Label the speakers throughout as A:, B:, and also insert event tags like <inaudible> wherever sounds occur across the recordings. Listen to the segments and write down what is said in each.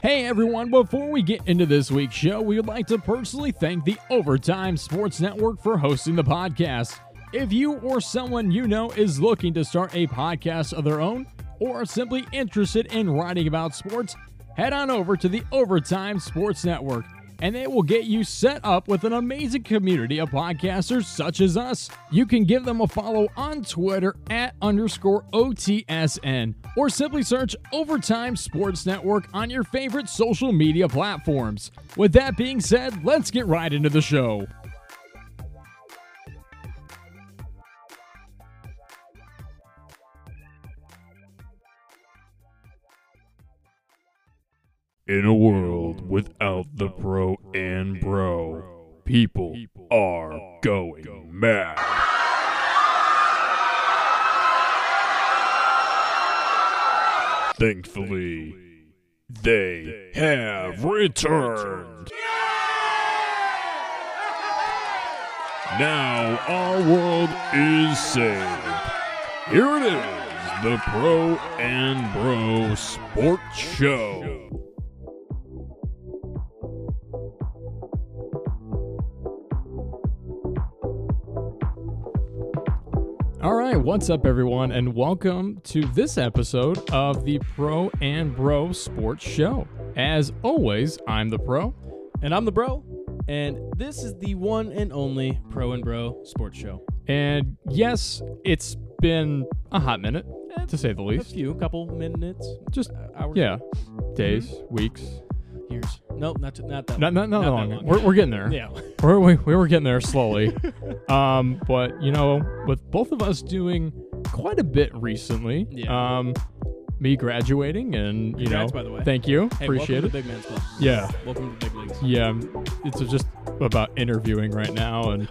A: Hey everyone, before we get into this week's show, we would like to personally thank the Overtime Sports Network for hosting the podcast. If you or someone you know is looking to start a podcast of their own or are simply interested in writing about sports, head on over to the Overtime Sports Network and they will get you set up with an amazing community of podcasters such as us. You can give them a follow on Twitter at underscore OTSN or simply search Overtime Sports Network on your favorite social media platforms. With that being said, let's get right into the show.
B: In a world without the pro and bro, people are going mad. Thankfully, they have returned. Now our world is saved. Here it is, the Pro and Bro Sports Show.
A: All right, what's up, everyone, and welcome to this episode of the Pro and Bro Sports Show. As always, I'm the Pro.
C: And I'm the bro, and this is the one and only Pro and Bro Sports Show.
A: And yes, it's been a hot minute,
C: Eh,
A: to say the
C: A
A: least.
C: few, couple minutes, uh,
A: Just
C: hours,
A: yeah, days, weeks,
C: years. Nope, not t- Mm-hmm. not that.
A: not not, not,
C: that
A: long.
C: long.
A: We're, we're getting there.
C: yeah, <laughs>
A: we're, we, we were getting there slowly. um, but you know, with both of us doing quite a bit recently.
C: Yeah.
A: Um, me graduating, and you know,
C: Congrats, by the way.
A: thank you,
C: hey,
A: appreciate
C: welcome
A: it.
C: to Big Man's Club.
A: Yeah.
C: welcome to Big Leagues.
A: Yeah, I'm- it's just about interviewing right now, and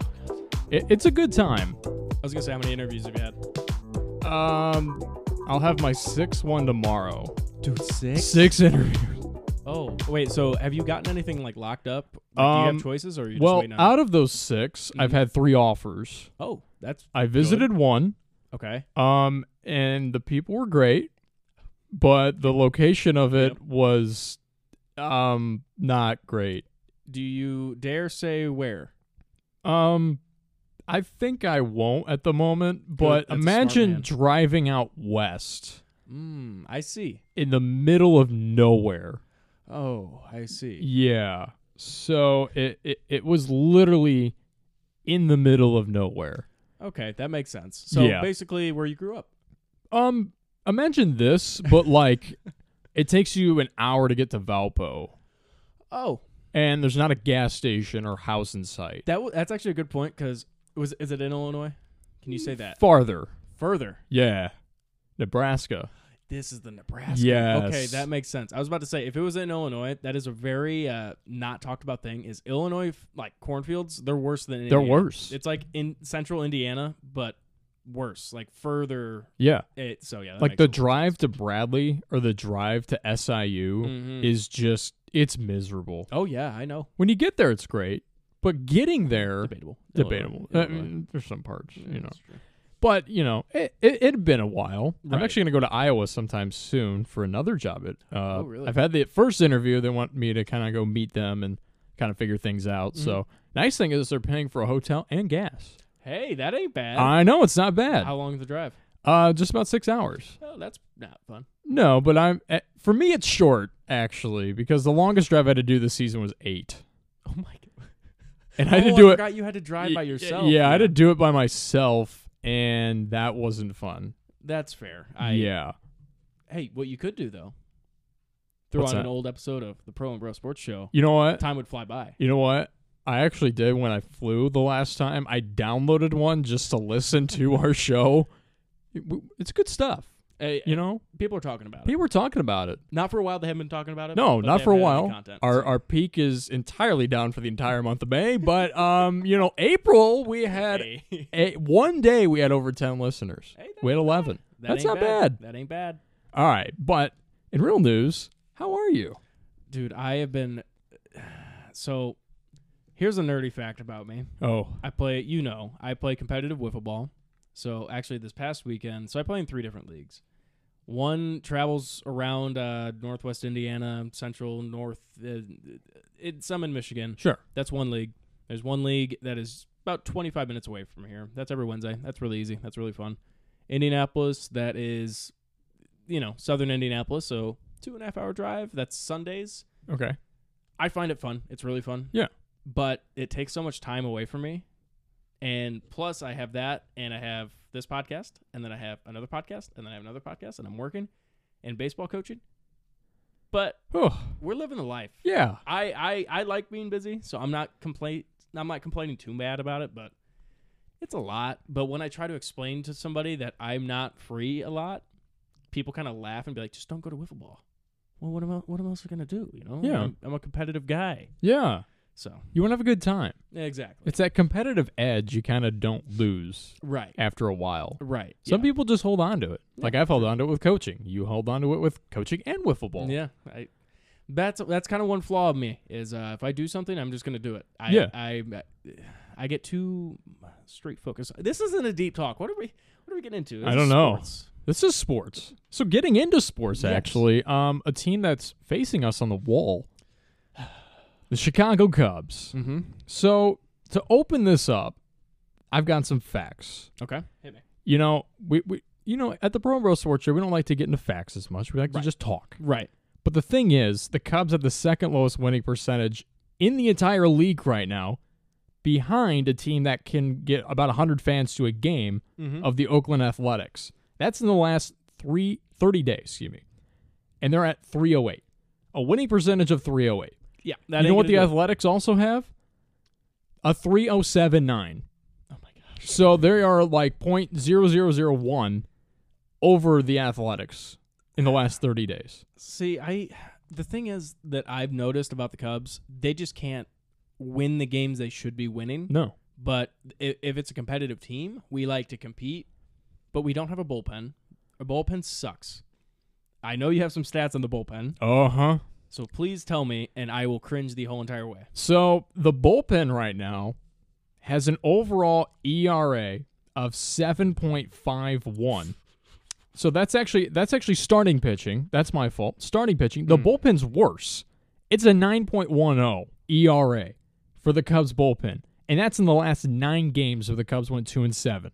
A: it, it's a good time.
C: I was gonna say how many interviews have you had?
A: Um, I'll have my sixth one tomorrow.
C: Dude, six.
A: Six interviews.
C: Oh, wait. So have you gotten anything like locked up? Like, do you
A: Um,
C: have choices, or are you just Mm-hmm.
A: Well,
C: waiting on?
A: out of those 6 i I've had three offers.
C: oh, that's
A: I visited one,
C: okay.
A: um, and the people were great, but the location of it
C: Yep.
A: was, um, not great.
C: Do you dare say where?
A: Um, I think I won't at the moment, but
C: that's a smart
A: imagine
C: man.
A: driving out west.
C: Mm, I see.
A: in the middle of nowhere.
C: Oh, I see.
A: Yeah. So it, it, it was literally in the middle of nowhere.
C: Okay, that makes sense. So
A: Yeah.
C: basically, where you grew up.
A: Um, imagine this,
C: <laughs>
A: but like it takes you an hour to get to Valpo,
C: Oh,
A: and there's not a gas station or house in sight.
C: That w- that's actually a good point because was is it in Illinois? Can you say that
A: Farther.
C: further?
A: Yeah. Nebraska.
C: This is the Nebraska.
A: Yes.
C: Okay, that makes sense. I was about to say if it was in Illinois, that is a very uh, not talked about thing. Is Illinois f- like cornfields? They're worse than
A: They're
C: Indiana.
A: worse.
C: It's like in central Indiana, but worse, like further.
A: yeah.
C: It, so yeah, that
A: Like
C: makes
A: the
C: sense.
A: drive to Bradley or the drive to SIU
C: Mhm.
A: is just it's miserable.
C: Oh yeah, I know.
A: When you get there it's great, but getting there
C: Debatable. Mm.
A: debatable.
C: Illinois.
A: I
C: Illinois.
A: mean, there's some parts,
C: Yeah,
A: you know.
C: that's true.
A: But you know, it it had been a while. I'm
C: Right.
A: actually gonna go to Iowa sometime soon for another job. At uh,
C: Oh, really?
A: I've had the first interview. They want me to kind of go meet them and kind of figure things out. So
C: Mm-hmm.
A: nice thing is they're paying for a hotel and gas.
C: Hey, that ain't bad.
A: I know it's not bad.
C: How long is the drive?
A: Uh, just about six hours.
C: Oh, that's not fun.
A: No, but I'm eh, for me it's short actually because the longest drive I had to do this season was eight,
C: Oh my god.
A: and I had
C: <laughs> oh,
A: to do
C: I
A: it
C: Forgot you had to drive
A: Y-
C: by
A: y-
C: yourself.
A: Yeah, I had to do it by myself, and that wasn't fun.
C: That's fair. I,
A: yeah.
C: Hey, what you could do though, throw
A: What's
C: on
A: that?
C: an old episode of the Pro and Bro Sports Show.
A: You know what?
C: Time would fly by.
A: You know what? I actually did when I flew the last time. I downloaded one just to listen to <laughs> our show. It- w- It's good stuff.
C: Hey,
A: You know,
C: people are talking about it.
A: people were talking about it.
C: Not for a while. They haven't been talking about it.
A: No,
C: but
A: not
C: they
A: for a
C: haven't had any
A: while.
C: Content,
A: Our
C: so-
A: our peak is entirely down for the entire month of May, but <laughs> um, you know, April we had
C: <laughs> hey,
A: a, one day we had over ten listeners.
C: Hey,
A: <laughs>
C: that's
A: We had eleven.
C: that
A: That's
C: ain't
A: not
C: bad.
A: bad.
C: That ain't bad,
A: All right, but in real news, how are you?
C: dude. I have been. <sighs> So, here's a nerdy fact about me.
A: Oh,
C: I play. You know, I play competitive wiffle ball. So actually, this past weekend, so I play in three different leagues. One travels around uh, northwest Indiana, central, north, uh, it, some in Michigan.
A: Sure.
C: That's one league. There's one league that is about 25 minutes away from here. That's every Wednesday. That's really easy. That's really fun. Indianapolis, that is, you know, southern Indianapolis. So two and a half hour drive. That's Sundays.
A: Okay.
C: I find it fun. It's really fun.
A: Yeah.
C: But it takes so much time away from me. And plus, I have that, and I have this podcast, and then I have another podcast, and then I have another podcast, and I'm working and baseball coaching. But
A: Oh,
C: we're living the life.
A: yeah.
C: I, I I like being busy, so I'm not complain I'm not complaining too bad about it, but it's a lot. But when I try to explain to somebody that I'm not free a lot, people kind of laugh and be like, "Just don't go to wiffle ball." Well, what am I, what am I else gonna do? You know,
A: Yeah.
C: I'm, I'm a competitive guy,
A: Yeah.
C: so
A: You want to have a good time.
C: exactly
A: It's that competitive edge you kind of don't lose
C: right,
A: after a while.
C: right.
A: Some
C: yeah.
A: people just hold on to it. Like I've held on to it with coaching. You hold on to it with coaching and wiffle ball.
C: yeah, I, that's that's kind of one flaw of me is uh, if I do something, I'm just gonna do it. I,
A: Yeah.
C: I I get too straight focused. This isn't a deep talk. What are we what are we getting into? This
A: I
C: is
A: don't know.
C: sports.
A: This is sports. So getting into sports,
C: Yes.
A: actually, um, a team that's facing us on the wall, the Chicago Cubs.
C: Mm-hmm.
A: So to open this up, I've got some facts.
C: Okay. Hit me.
A: You know, we, we you know at the Pro Bro Sports Show, we don't like to get into facts as much. We like to
C: Right.
A: just talk.
C: Right.
A: But the thing is, the Cubs have the second lowest winning percentage in the entire league right now, behind a team that can get about 100 fans to a game
C: Mhm.
A: of the Oakland Athletics. That's in the last three, 30 days, excuse me. And they're at 308, a winning percentage of 308.
C: Yeah. That
A: you know
C: ain't
A: what the
C: gonna do
A: Athletics also have? A 3079.
C: it. Oh my gosh.
A: So they are like 0.0001 over the Athletics in the last 30 days.
C: See, I the thing is that I've noticed about the Cubs, they just can't win the games they should be winning.
A: No.
C: But if, if it's a competitive team, we like to compete, but we don't have a bullpen. A bullpen sucks. I know you have some stats on the bullpen,
A: Uh huh.
C: so please tell me, and I will cringe the whole entire way.
A: So the bullpen right now has an overall ERA of 7.51. So that's actually that's actually starting pitching. That's my fault. Starting pitching. The bullpen's worse. It's a 9.10 ERA E for the Cubs bullpen. And that's in the last 9 games of the Cubs went 2 and 7.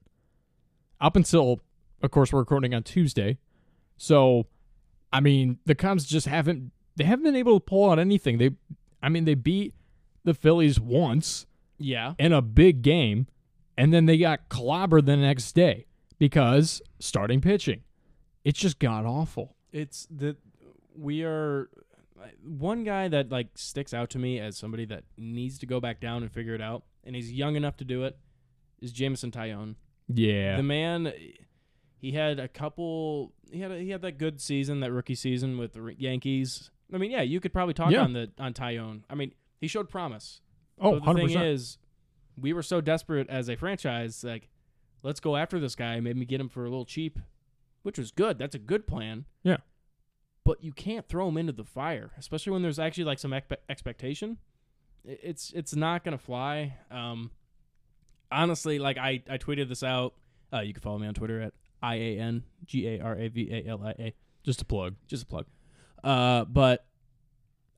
A: Up until of course we're recording on Tuesday. So I mean, the Cubs just haven't they haven't been able to pull out anything. They I mean, they beat the Phillies once
C: Yeah.
A: in a big game, and then they got clobbered the next day because starting pitching. It's just god awful.
C: it's that we are one guy that like sticks out to me as somebody that needs to go back down and figure it out and he's young enough to do it is Jameson Tyone.
A: Yeah.
C: The man he had a couple he had a, he had that good season, that rookie season with the Re- Yankees. I mean, yeah, you could probably talk
A: Yeah.
C: on the on Tyone. I mean, he showed promise.
A: oh,
C: but the
A: 100%.
C: thing is we were so desperate as a franchise like let's go after this guy, maybe get him for a little cheap, which was good. That's a good plan
A: yeah.
C: but you can't throw them into the fire, especially when there's actually like some expe- expectation. I- It's it's not gonna fly. Um, honestly, like I I tweeted this out. Uh, you can follow me on Twitter at i a n g a r a v a l i a.
A: Just a plug.
C: Just a plug. Uh, but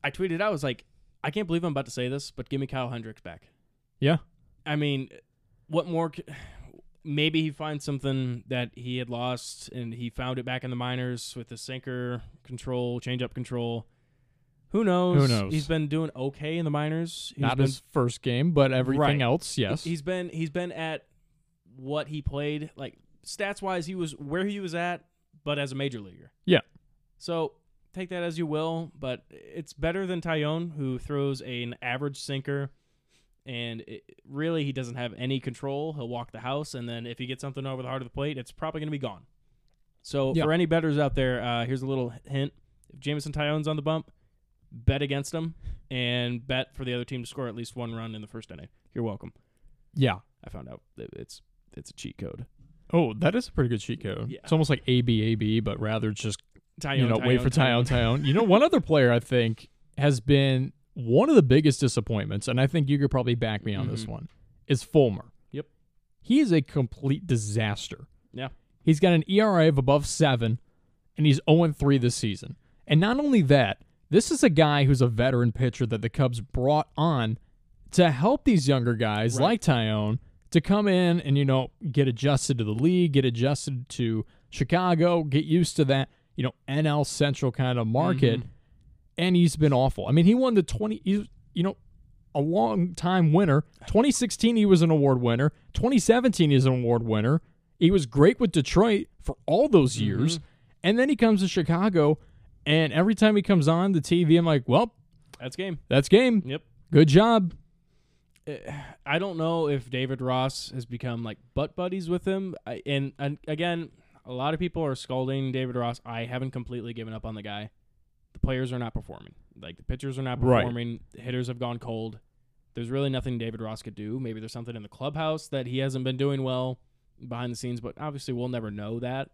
C: I tweeted out, I was like, I can't believe I'm about to say this, but give me Kyle Hendricks back.
A: Yeah.
C: I mean, what more? c- Maybe he finds something that he had lost, and he found it back in the minors with the sinker control, changeup control. Who knows?
A: Who knows?
C: He's been doing okay in the minors. He's
A: Not
C: been,
A: his first game, but everything
C: Right.
A: else, yes.
C: He's been he's been at what he played like stats wise. He was where he was at, but as a major leaguer.
A: Yeah.
C: So take that as you will, but it's better than Tyone, who throws an average sinker, and it, really he doesn't have any control. He'll walk the house, and then if he gets something over the heart of the plate, it's probably going to be gone. So
A: Yeah.
C: for any betters out there, uh, here's a little hint: if Jameson Tyone's on the bump, bet against him and bet for the other team to score at least one run in the first inning. You're welcome.
A: yeah.
C: I found out that it's it's a cheat code.
A: Oh, that is a pretty good cheat code.
C: Yeah.
A: It's almost like ABAB, but rather it's just,
C: Tyone,
A: you know, wait for Tyone, Tyone. You know, one other player I think has been one of the biggest disappointments, and I think you could probably back me on this
C: Mhm.
A: one, is Fulmer.
C: Yep.
A: He is a complete disaster.
C: Yeah.
A: E He's got an ERA of above seven and he's 0 3 this season. And not only that, this is a guy who's a veteran pitcher that the Cubs brought on to help these younger guys
C: Right.
A: like Tyone to come in and, you know, get adjusted to the league, get adjusted to Chicago, get used to that, you know, NL Central kind of market. And he's been awful. I mean, he won the 20, he's, you know, a long time winner. 2016, he was an award winner. 2017, he's an award winner. He was great with Detroit for all those years. And then he comes to Chicago, and every time he comes on the TV, I'm like, well,
C: <laughs> That's game.
A: that's game.
C: Yep.
A: Good job.
C: I don't know if David Ross has become like butt buddies with him. I, and, and again, a lot of people are scolding David Ross. I haven't completely given up on the guy. The players are not performing. Like the pitchers are not
A: Right.
C: performing. The hitters have gone cold. There's really nothing David Ross could do. Maybe there's something in the clubhouse that he hasn't been doing well behind the scenes, but obviously we'll never know that.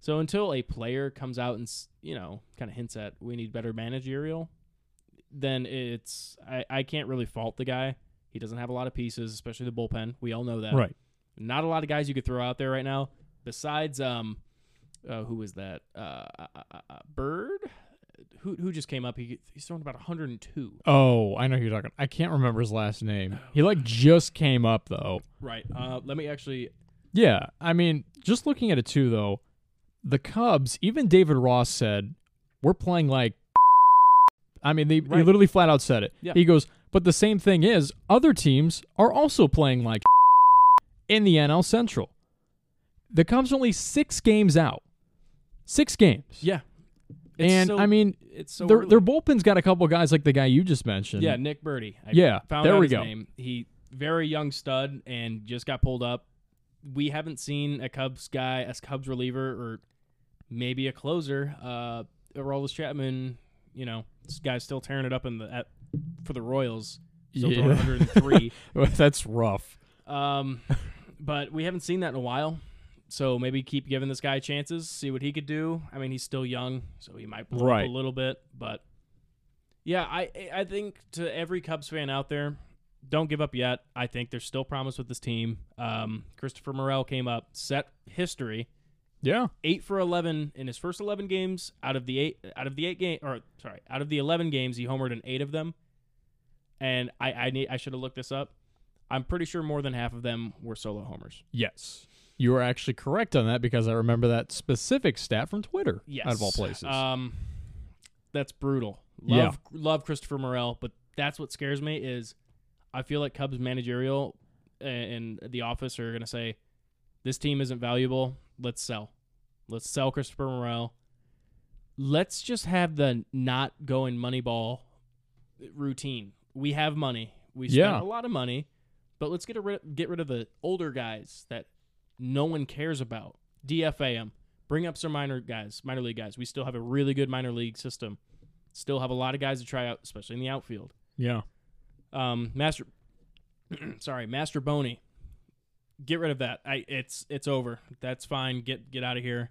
C: So until a player comes out and s- you know kind of hints at we need better managerial, then it's I, I can't really fault the guy. He doesn't have a lot of pieces, especially the bullpen. We all know that.
A: Right.
C: Not a lot of guys you could throw out there right now. Besides, um, uh, who was that? Uh, uh, uh, uh, uh, Bird, who who just came up? He he's thrown about 102.
A: Oh, I know who you're talking. I can't remember his last name. He like just came up though.
C: Right. Uh, let me actually.
A: Yeah, I mean, just looking at it too though, the Cubs. Even David Ross said we're playing like. <laughs> I mean, they he
C: Right.
A: literally flat out said it.
C: Yeah.
A: He goes, but the same thing is, other teams are also playing like <laughs> in the NL Central. The Cubs are only six games out. Six games.
C: Yeah.
A: and I mean,
C: it's so
A: their
C: early.
A: their bullpen's got a couple guys like the guy you just mentioned.
C: Yeah, Nick Birdie. I
A: Yeah,
C: found
A: there
C: out
A: we
C: his
A: go.
C: Name. He very young stud and just got pulled up. We haven't seen a Cubs guy, a Cubs reliever, or maybe a closer. Uh, Aroldis Chapman, you know, this guy's still tearing it up in the at, for the Royals. Still throwing
A: Yeah. <laughs>
C: 103.
A: <laughs> that's rough.
C: Um, but we haven't seen that in a while. So maybe keep giving this guy chances, see what he could do. I mean, he's still young, so he might blow
A: Right.
C: up a little bit. But yeah, I I think to every Cubs fan out there, don't give up yet. I think there's still promise with this team. Um, Christopher Morel came up, set history,
A: Yeah.
C: eight for eleven in his first eleven games. Out of the eight, out of the eight game, or sorry, out of the eleven games, he homered in eight of them. And I I need I should have looked this up. I'm pretty sure more than half of them were solo homers.
A: Yes. You are actually correct on that because I remember that specific stat from Twitter.
C: Yes,
A: Out of all places.
C: Um, that's brutal.
A: Yeah.
C: Love love Christopher Morel, but that's what scares me is I feel like Cubs managerial and and the office are gonna say this team isn't valuable. Let's sell. Let's sell Christopher Morel. Let's just have the not going Moneyball routine. We have money. We spent
A: Yeah.
C: a lot of money, but let's get a rid- get rid of the older guys that no one cares about. DFA 'em. Bring up some minor guys, minor league guys. We still have a really good minor league system. Still have a lot of guys to try out, especially in the outfield.
A: yeah.
C: Um, Master, <clears throat> sorry, Master Boney, get rid of that. I it's it's over. That's fine. Get get out of here.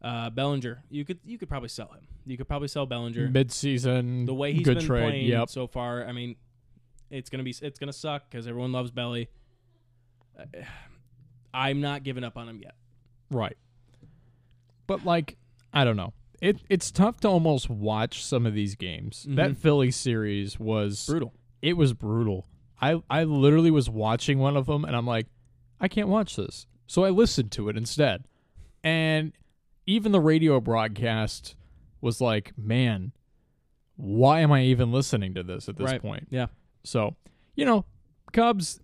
C: Uh, Bellinger, you could you could probably sell him. You could probably sell Bellinger.
A: Mid season.
C: the way he's
A: good
C: been
A: trade.
C: playing
A: Yep.
C: so far, I mean, it's gonna be it's gonna suck because everyone loves Belly. Uh, <sighs> I'm not giving up on him yet.
A: Right. But like, I don't know. It it's tough to almost watch some of these games. That Philly series was
C: Mm-hmm. Brutal.
A: it was brutal. I I literally was watching one of them and I'm like, I can't watch this. So I listened to it instead. And even the radio broadcast was like, man, why am I even listening to this at this
C: Right.
A: point?
C: Yeah.
A: So, you know, Cubs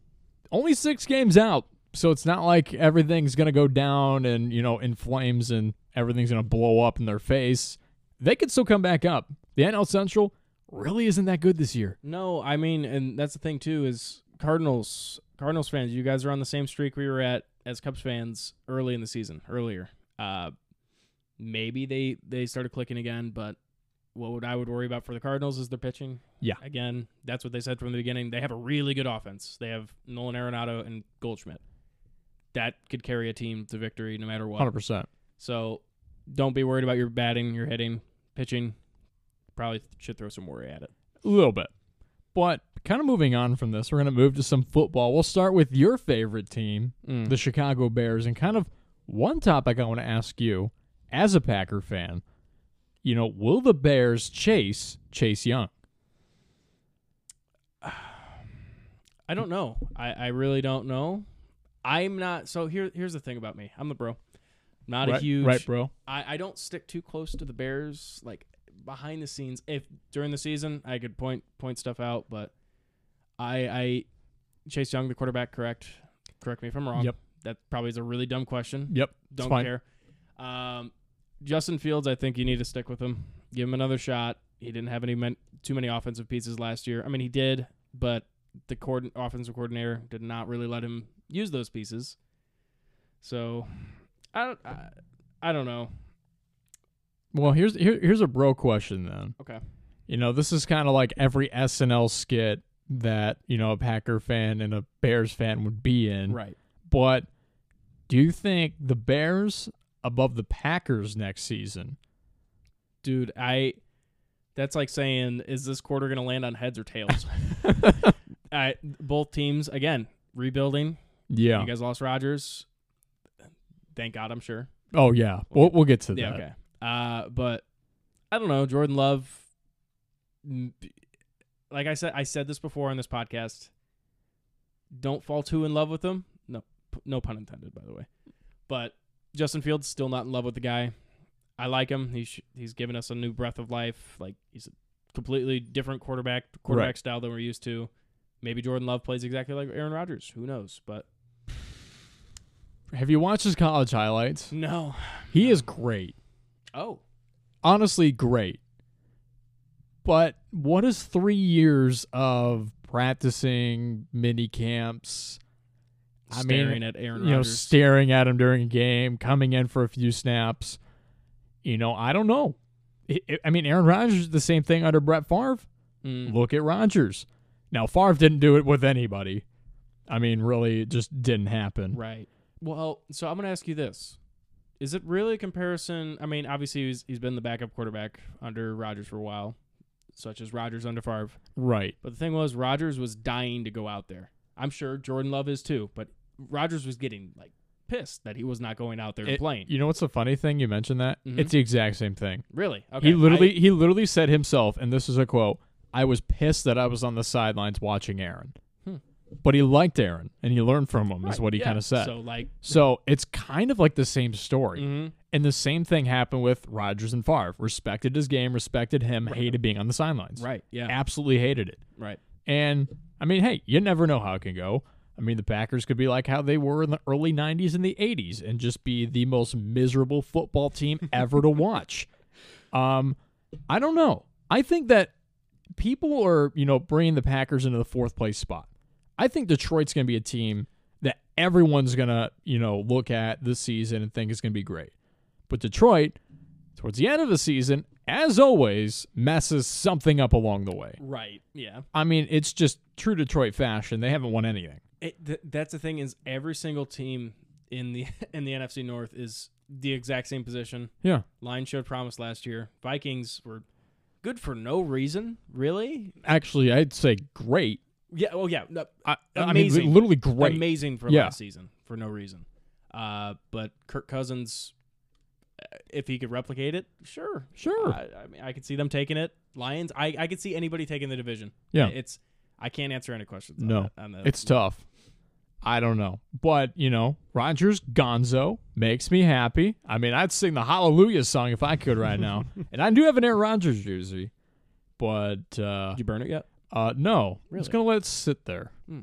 A: only 6 games out. So it's not like everything's going to go down and, you know, in flames and everything's going to blow up in their face. They could still come back up. The NL Central really isn't that good this year.
C: No, I mean, and that's the thing too is Cardinals, Cardinals fans. You guys are on the same streak we were at as Cubs fans early in the season. Earlier, uh, maybe they they started clicking again. But what would I would worry about for the Cardinals is their pitching.
A: Yeah.
C: again, that's what they said from the beginning. They have a really good offense. They have Nolan Arenado and Goldschmidt. That could carry a team to victory no matter what.
A: 100%.
C: So don't be worried about your batting, your hitting, pitching. Probably should throw some worry at it.
A: A little bit. But kind of moving on from this, we're going to move to some football. We'll start with
C: Mm.
A: your favorite team, the Chicago Bears, and kind of one topic I want to ask you as a Packer fan, you know, will the Bears chase Chase Young?
C: I don't know. I, I really don't know. I'm not so here here's the thing about me. I'm the bro. Not a
A: right,
C: huge
A: right, bro.
C: I, I don't stick too close to the Bears, like behind the scenes. If during the season I could point point stuff out, but I I Chase Young, the quarterback, correct? Correct me if I'm wrong.
A: Yep.
C: That probably is a really dumb question.
A: Yep. it's
C: Don't
A: fine.
C: care. Um, Justin Fields, I think you need to stick with him. Give him another shot. He didn't have any men- too many offensive pieces last year. I mean, he did, but the coord- offensive coordinator did not really let him use those pieces. So, I don't, I, I don't know.
A: Well, here's here, here's a bro question then.
C: Okay.
A: You know, this is kind of like every SNL skit that you know a Packer fan and a Bears fan would be in.
C: Right.
A: But do you think the Bears above the Packers next season?
C: Dude, I that's like saying is this quarter going to land on heads or tails? <laughs> I both teams again, rebuilding.
A: <laughs> Yeah.
C: You guys lost Rodgers. Thank God, I'm sure.
A: Oh yeah. We'll we'll get to that.
C: Yeah, okay. Uh, but I don't know, Jordan Love. m- Like I said, I said this before on this podcast. Don't fall too in love with him. No, p- no pun intended, by the way. But Justin Fields still not in love with the guy. I like him. He's sh- he's given us a new breath of life. Like he's a completely different quarterback quarterback
A: Right.
C: style than we're used to. Maybe Jordan Love plays exactly like Aaron Rodgers. Who knows? But
A: Have you watched his college highlights?
C: no.
A: He is great.
C: Oh,
A: honestly great. But what is three years of practicing mini camps? I mean,
C: staring at Aaron
A: you know,
C: Rodgers.
A: staring at him during a game, coming in for a few snaps. You know, I don't know. I- I- I mean, Aaron Rodgers is the same thing under Brett Favre.
C: Mm.
A: Mm-hmm. Look at Rodgers. Now, Favre didn't do it with anybody. I mean, really, it just didn't happen.
C: Right. Well, so I'm going to ask you this. Is it really a comparison? I mean, obviously he's, he's been the backup quarterback under Rodgers for a while, such as Rodgers under Favre.
A: Right.
C: But the thing was, Rodgers was dying to go out there. I'm sure Jordan Love is too, but Rodgers was getting like pissed that he was not going out there and
A: It-
C: playing.
A: You know what's the funny thing? You mentioned that.
C: Mhm.
A: It's the exact same thing.
C: really? Okay.
A: he literally he literally said himself, and this is a quote: "I was pissed that I was on the sidelines watching Aaron,
C: Hmm.
A: but he liked Aaron and he learned from him."
C: I-
A: <laughs> Is what he
C: yeah,
A: kind of said. So,
C: So like,
A: it's kind of like the same story,
C: mhm,
A: and the same thing happened with Rodgers and Favre. Respected his game, respected him, hated being on the sidelines.
C: right. Yeah.
A: Absolutely hated it.
C: Right.
A: And I mean, hey, you never know how it can go. I mean, the Packers could be like how they were in the early 90s and the 80s and just be the most miserable football team ever to watch. Um, I don't know. I think that people are, you know, bringing the Packers into the fourth place spot. I think Detroit's going to be a team that everyone's going to, you know, look at this season and think is going to be great. But Detroit, towards the end of the season, as always, messes something up along the way.
C: Right. Yeah.
A: I mean, it's just true Detroit fashion. They haven't won anything.
C: It, th- that's the thing is every single team in the <laughs> in the NFC North is the exact same position.
A: Yeah.
C: Line showed promise last year. Vikings were good for no reason, really.
A: Actually, I'd say great.
C: Yeah. Oh yeah. No,
A: I, I mean,
C: Amazing.
A: literally great.
C: Amazing for
A: Yeah.
C: last season for no reason. Uh, but Kirk Cousins, uh, if he could replicate it, sure.
A: Sure.
C: I, I mean, I could see them taking it. Lions. I I could see anybody taking the division.
A: Yeah.
C: It's. I can't answer any questions.
A: No.
C: On that, on that.
A: it's tough. I don't know. But, you know, Rogers Gonzo makes me happy. I mean, I'd sing the Hallelujah song if I could right
C: <laughs>
A: now. and I do have an Aaron Rodgers jersey. But uh,
C: Did you burn it yet?
A: uh no. I'm
C: Really? Hmm.
A: just gonna let it sit there. See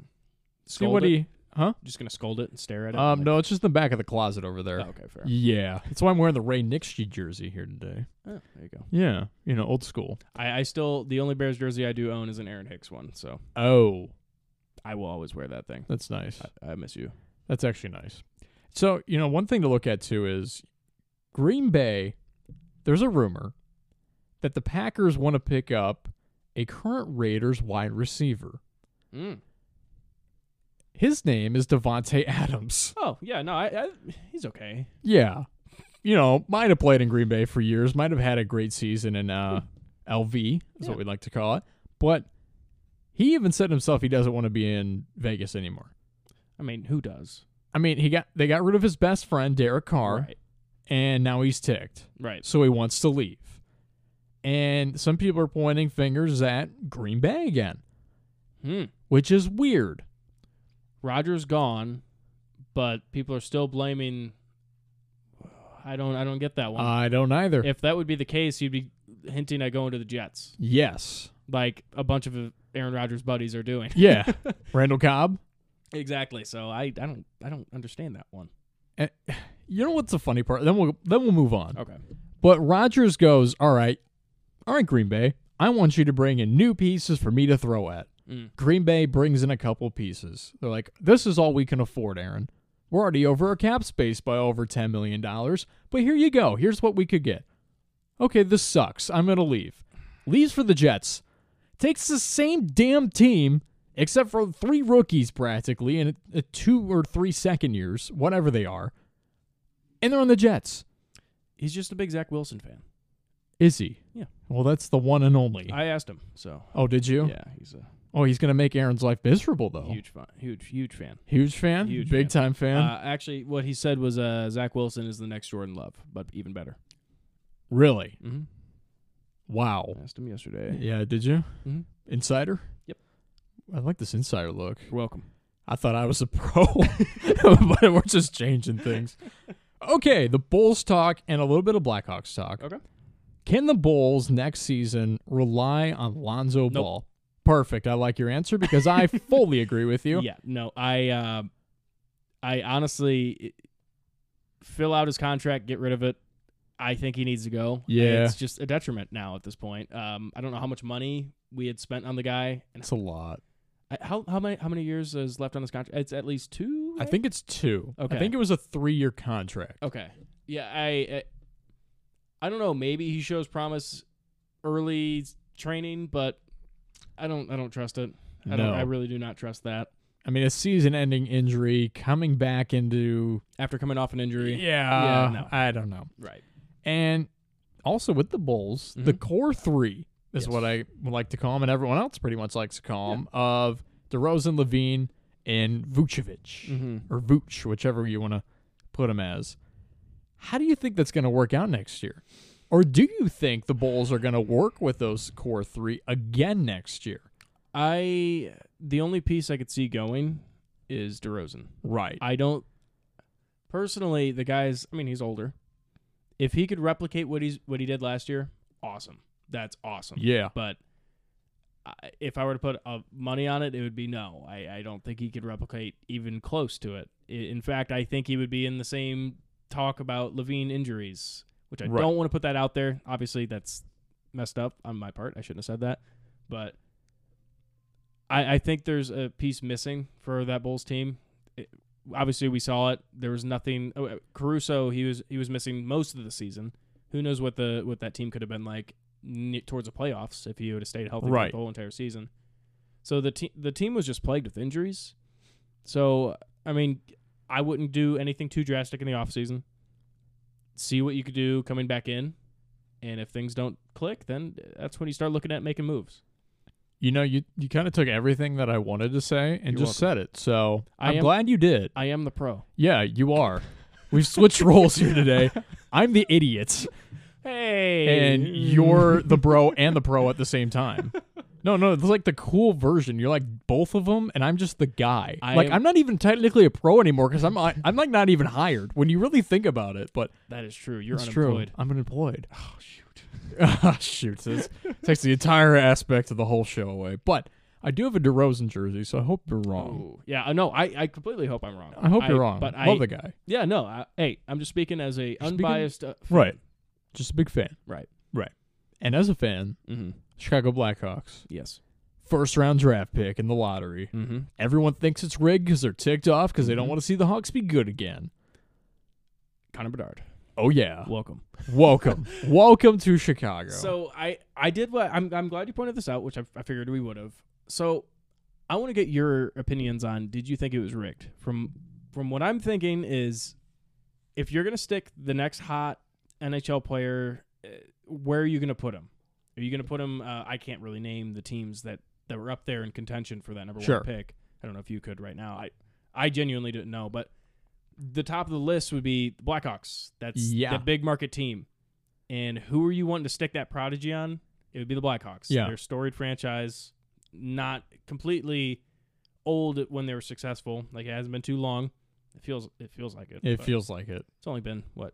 C: Scold
A: what
C: it?
A: he Huh?
C: Just gonna scold it and stare at it.
A: Um
C: like-
A: no, it's just in the back of the closet over there.
C: Oh, okay, fair.
A: Yeah. That's why I'm wearing the Ray Nixie jersey here today.
C: Oh, there you go.
A: Yeah. You know, old school.
C: I, I still the only Bears jersey I do own is an Aaron Hicks one, so
A: Oh. Uh,
C: I will always wear that thing.
A: That's nice.
C: I, I miss you.
A: That's actually nice. So, you know, one thing to look at too is Green Bay, there's a rumor that the Packers want to pick up a current Raiders wide receiver.
C: Mm.
A: His name is Devontae <laughs> Adams.
C: Oh yeah, no, I, I he's okay.
A: Yeah. You know, might have played in Green Bay for years, might have had a great season in uh, <laughs> LV, is
C: Yeah.
A: what we like to call it. But he even said himself he doesn't want to be in Vegas anymore.
C: I mean, who does?
A: I mean, he got they got rid of his best friend, Derek Carr.
C: Right.
A: and now he's ticked.
C: Right.
A: So he wants to leave. And some people are pointing fingers at Green Bay again,
C: Hmm.
A: which is weird.
C: Rogers gone, but people are still blaming. I don't. I don't get that one.
A: I don't either.
C: if that would be the case, you'd be hinting at going to the Jets,
A: yes.
C: like a bunch of Aaron Rodgers' buddies are doing.
A: Yeah. Randall Cobb.
C: <laughs> exactly. So I, I don't. I don't understand that one.
A: You know what's the funny part? Then we'll then we'll move on.
C: Okay.
A: But Rogers goes, "All right, all right, Green Bay, I want you to bring in new pieces for me to throw at."
C: Mm.
A: Green Bay brings in a couple pieces. They're like, "This is all we can afford, Aaron. We're already over our cap space by over ten million dollars, but here you go. Here's what we could get." Okay, this sucks. I'm gonna leave. Leaves for the Jets. Takes the same damn team, except for three rookies practically, and a- a two or three second years, whatever they are, and they're on the Jets.
C: He's just a big Zach Wilson fan.
A: Is he?
C: Yeah.
A: Well, that's the one and only.
C: I asked him. So
A: oh, did you?
C: yeah, he's a
A: Oh, he's gonna make Aaron's life miserable though.
C: huge fan. Huge, huge fan.
A: Huge fan,
C: Huge
A: big time fan.
C: Uh, actually, what he said was uh, Zach Wilson is the next Jordan Love, but even better.
A: really?
C: Mm-hmm.
A: Wow.
C: Asked him yesterday.
A: Yeah. Did you?
C: Mhm.
A: Insider.
C: Yep.
A: I like this insider look.
C: You're welcome.
A: I thought I was a <laughs> pro, but we're just changing things. Okay, the Bulls talk and a little bit of Blackhawks talk.
C: Okay.
A: Can the Bulls next season rely on Lonzo Ball? Perfect. I like your answer because
C: <laughs>
A: I fully agree with you.
C: Yeah, no, I, uh, I honestly fill out his contract, get rid of it. I think he needs to go.
A: Yeah.
C: it's just a detriment now at this point. Um, I don't know how much money we had spent on the guy, and
A: It's a lot.
C: I- how how many how many years is left on his contract? It's at least two.
A: I
C: right?
A: think it's two.
C: Okay.
A: I think it was a three-year contract.
C: Okay. Yeah, I, I I don't know, maybe he shows promise early training, but I don't I don't trust it. I don't
A: No.
C: I really do not trust that.
A: I mean, a season-ending injury coming back into
C: After coming off an injury.
A: yeah,
C: Yeah, no.
A: I don't know.
C: Right.
A: And also with the Bulls, the
C: Mhm.
A: core three is
C: Yes.
A: what I would like to call them, and everyone else pretty much likes to call them of DeRozan, Levine, and Vucevic
C: Mhm.
A: or Vooch, whichever you want to put him as. How do you think that's going to work out next year? Or do you think the Bulls are going to work with those core three again next year?
C: I the only piece I could see going is DeRozan.
A: Right.
C: I don't personally the guy's I mean he's older. If he could replicate what he's what he did last year, awesome. That's awesome.
A: yeah.
C: but I, if I were to put uh, money on it, it would be no. I, I don't think he could replicate even close to it. I, in fact, I think he would be in the same talk about Levine injuries, which I
A: Right.
C: don't want to put that out there. Obviously, that's messed up on my part. I shouldn't have said that, but I, I think there's a piece missing for that Bulls team. It, obviously, we saw it. There was nothing. Oh, uh, Caruso, he was he was missing most of the season. Who knows what the what that team could have been like n- towards the playoffs if he would have stayed healthy
A: Right.
C: the whole entire season. So the team the team was just plagued with injuries. So I mean, I wouldn't do anything too drastic in the offseason. See what you could do coming back in, and if things don't click, then that's when you start looking at making moves.
A: You know, you, you kind of took everything that I wanted to say and
C: You're
A: just said it. So
C: I
A: I'm
C: am-
A: glad you did.
C: I am the pro.
A: Yeah, you are. We've
C: <laughs>
A: switched roles here today. I'm the idiot,
C: Hey,
A: and
C: <laughs>
A: you're the bro and the pro at the same time. No, no, it's like the cool version. You're like both of them, and I'm just the guy.
C: I
A: like
C: am-
A: I'm not even technically a pro anymore because I'm I, I'm like not even hired when you really think about it. But
C: that is true. You're
A: it's
C: unemployed.
A: true. I'm unemployed. Oh <laughs> shoot. shoot.
C: <laughs>
A: This takes the entire aspect of the whole show away. But I do have a DeRozan jersey, so I hope you're wrong.
C: Ooh. Yeah, uh, no, I, I completely hope I'm wrong.
A: I hope you're wrong.
C: But
A: Love
C: I,
A: the guy.
C: yeah, no, I, hey, I'm just speaking as a unbiased. Uh,
A: Right. Just a big fan.
C: Right.
A: Right. And as a fan,
C: Mm-hmm.
A: Chicago Blackhawks,
C: Yes.
A: first round draft pick in the lottery.
C: Mm-hmm.
A: Everyone thinks it's rigged because they're ticked off because they don't want to see the Hawks be good again.
C: Connor Bedard,
A: Oh yeah,
C: <laughs> welcome.
A: welcome, welcome to Chicago.
C: So I I did what I'm I'm glad you pointed this out, which I, I figured we would have. So I want to get your opinions on did you think it was rigged? From from what I'm thinking is if you're going to stick the next hot NHL player, uh, where are you going to put him? Are you going to put him uh, I can't really name the teams that that were up there in contention for that number
A: Sure.
C: 1 pick. I don't know if you could right now. I I genuinely didn't know, but the top of the list would be the Blackhawks. That's
A: Yeah.
C: the big market team. And who are you wanting to stick that prodigy on? It would be the Blackhawks.
A: Yeah.
C: They're a storied franchise, not completely old when they were successful. Like it hasn't been too long. It feels it feels like it.
A: It
C: but
A: feels like it.
C: it's only been what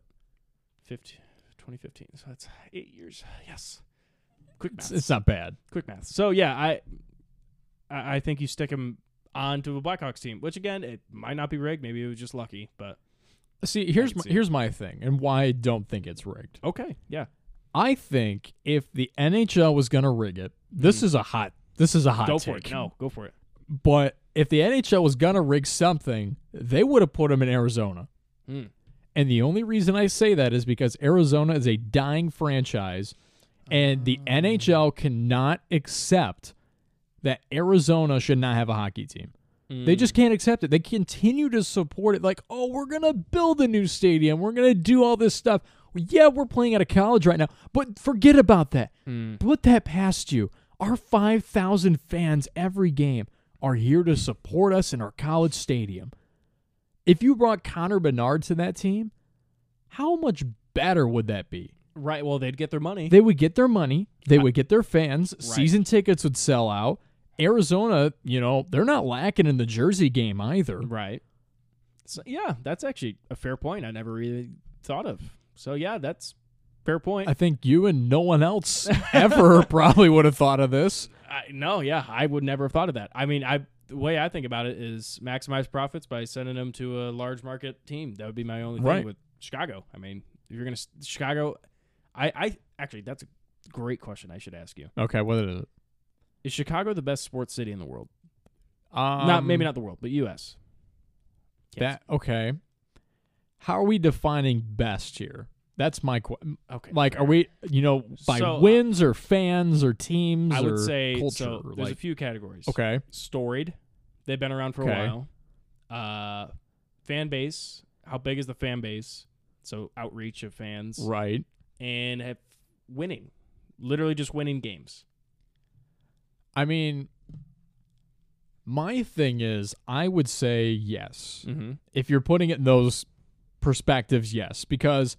C: 50, 2015. So that's eight years. Yes. Quick
A: It's,
C: math.
A: it's not bad.
C: quick math. So yeah, I I I think you stick him onto a Blackhawks team, which again, it might not be rigged. Maybe it was just lucky, but
A: See, here's
C: can
A: my,
C: see it.
A: here's my thing, and why I don't think it's rigged.
C: okay, yeah,
A: I think if the NHL was going to rig it, this is a hot this is a hot
C: Hmm. go for
A: take.
C: it. No, go for it.
A: But if the NHL was going to rig something, they would have put him in Arizona.
C: Hmm.
A: And the only reason I say that is because Arizona is a dying franchise, and the NHL cannot accept that Arizona should not have a hockey team. They just can't accept it. They continue to support it, like, oh, we're going to build a new stadium. We're going to do all this stuff. Yeah, we're playing out of college right now, but forget about that. Mm. Put that past you. Our 5,000 fans every game are here to support us in our college stadium. If you brought Connor Bernard to that team, how much better would that be?
C: right. Well, they'd get their money.
A: They would get their money, they would get their fans, season tickets would sell out. Arizona, you know, they're not lacking in the Jersey game either.
C: right. So yeah, that's actually a fair point. I never really thought of. So yeah, that's fair point.
A: I think you and no one else ever <laughs> probably would have thought of this.
C: I, no, yeah, I would never have thought of that. I mean, I the way I think about it is maximize profits by sending them to a large market team. That would be my only thing
A: Right.
C: with Chicago. I mean, if you're gonna s- Chicago, I, I actually that's a great question. I should ask you:
A: Okay, what is it?
C: Is Chicago the best sports city in the world?
A: Um,
C: not maybe not the world, but U.S. Yes.
A: That okay. How are we defining best here? That's my question.
C: okay.
A: Like, are we, you know, by
C: So, uh,
A: wins or fans or teams?
C: I would
A: or
C: say
A: culture.
C: so. There's
A: like,
C: a few categories.
A: okay,
C: storied. They've been around for
A: Okay.
C: a while. Uh, fan base. How big is the fan base? So outreach of fans.
A: right.
C: and have winning, literally just winning games.
A: I mean, my thing is, I would say yes.
C: Mm-hmm.
A: If you're putting it in those perspectives, yes, because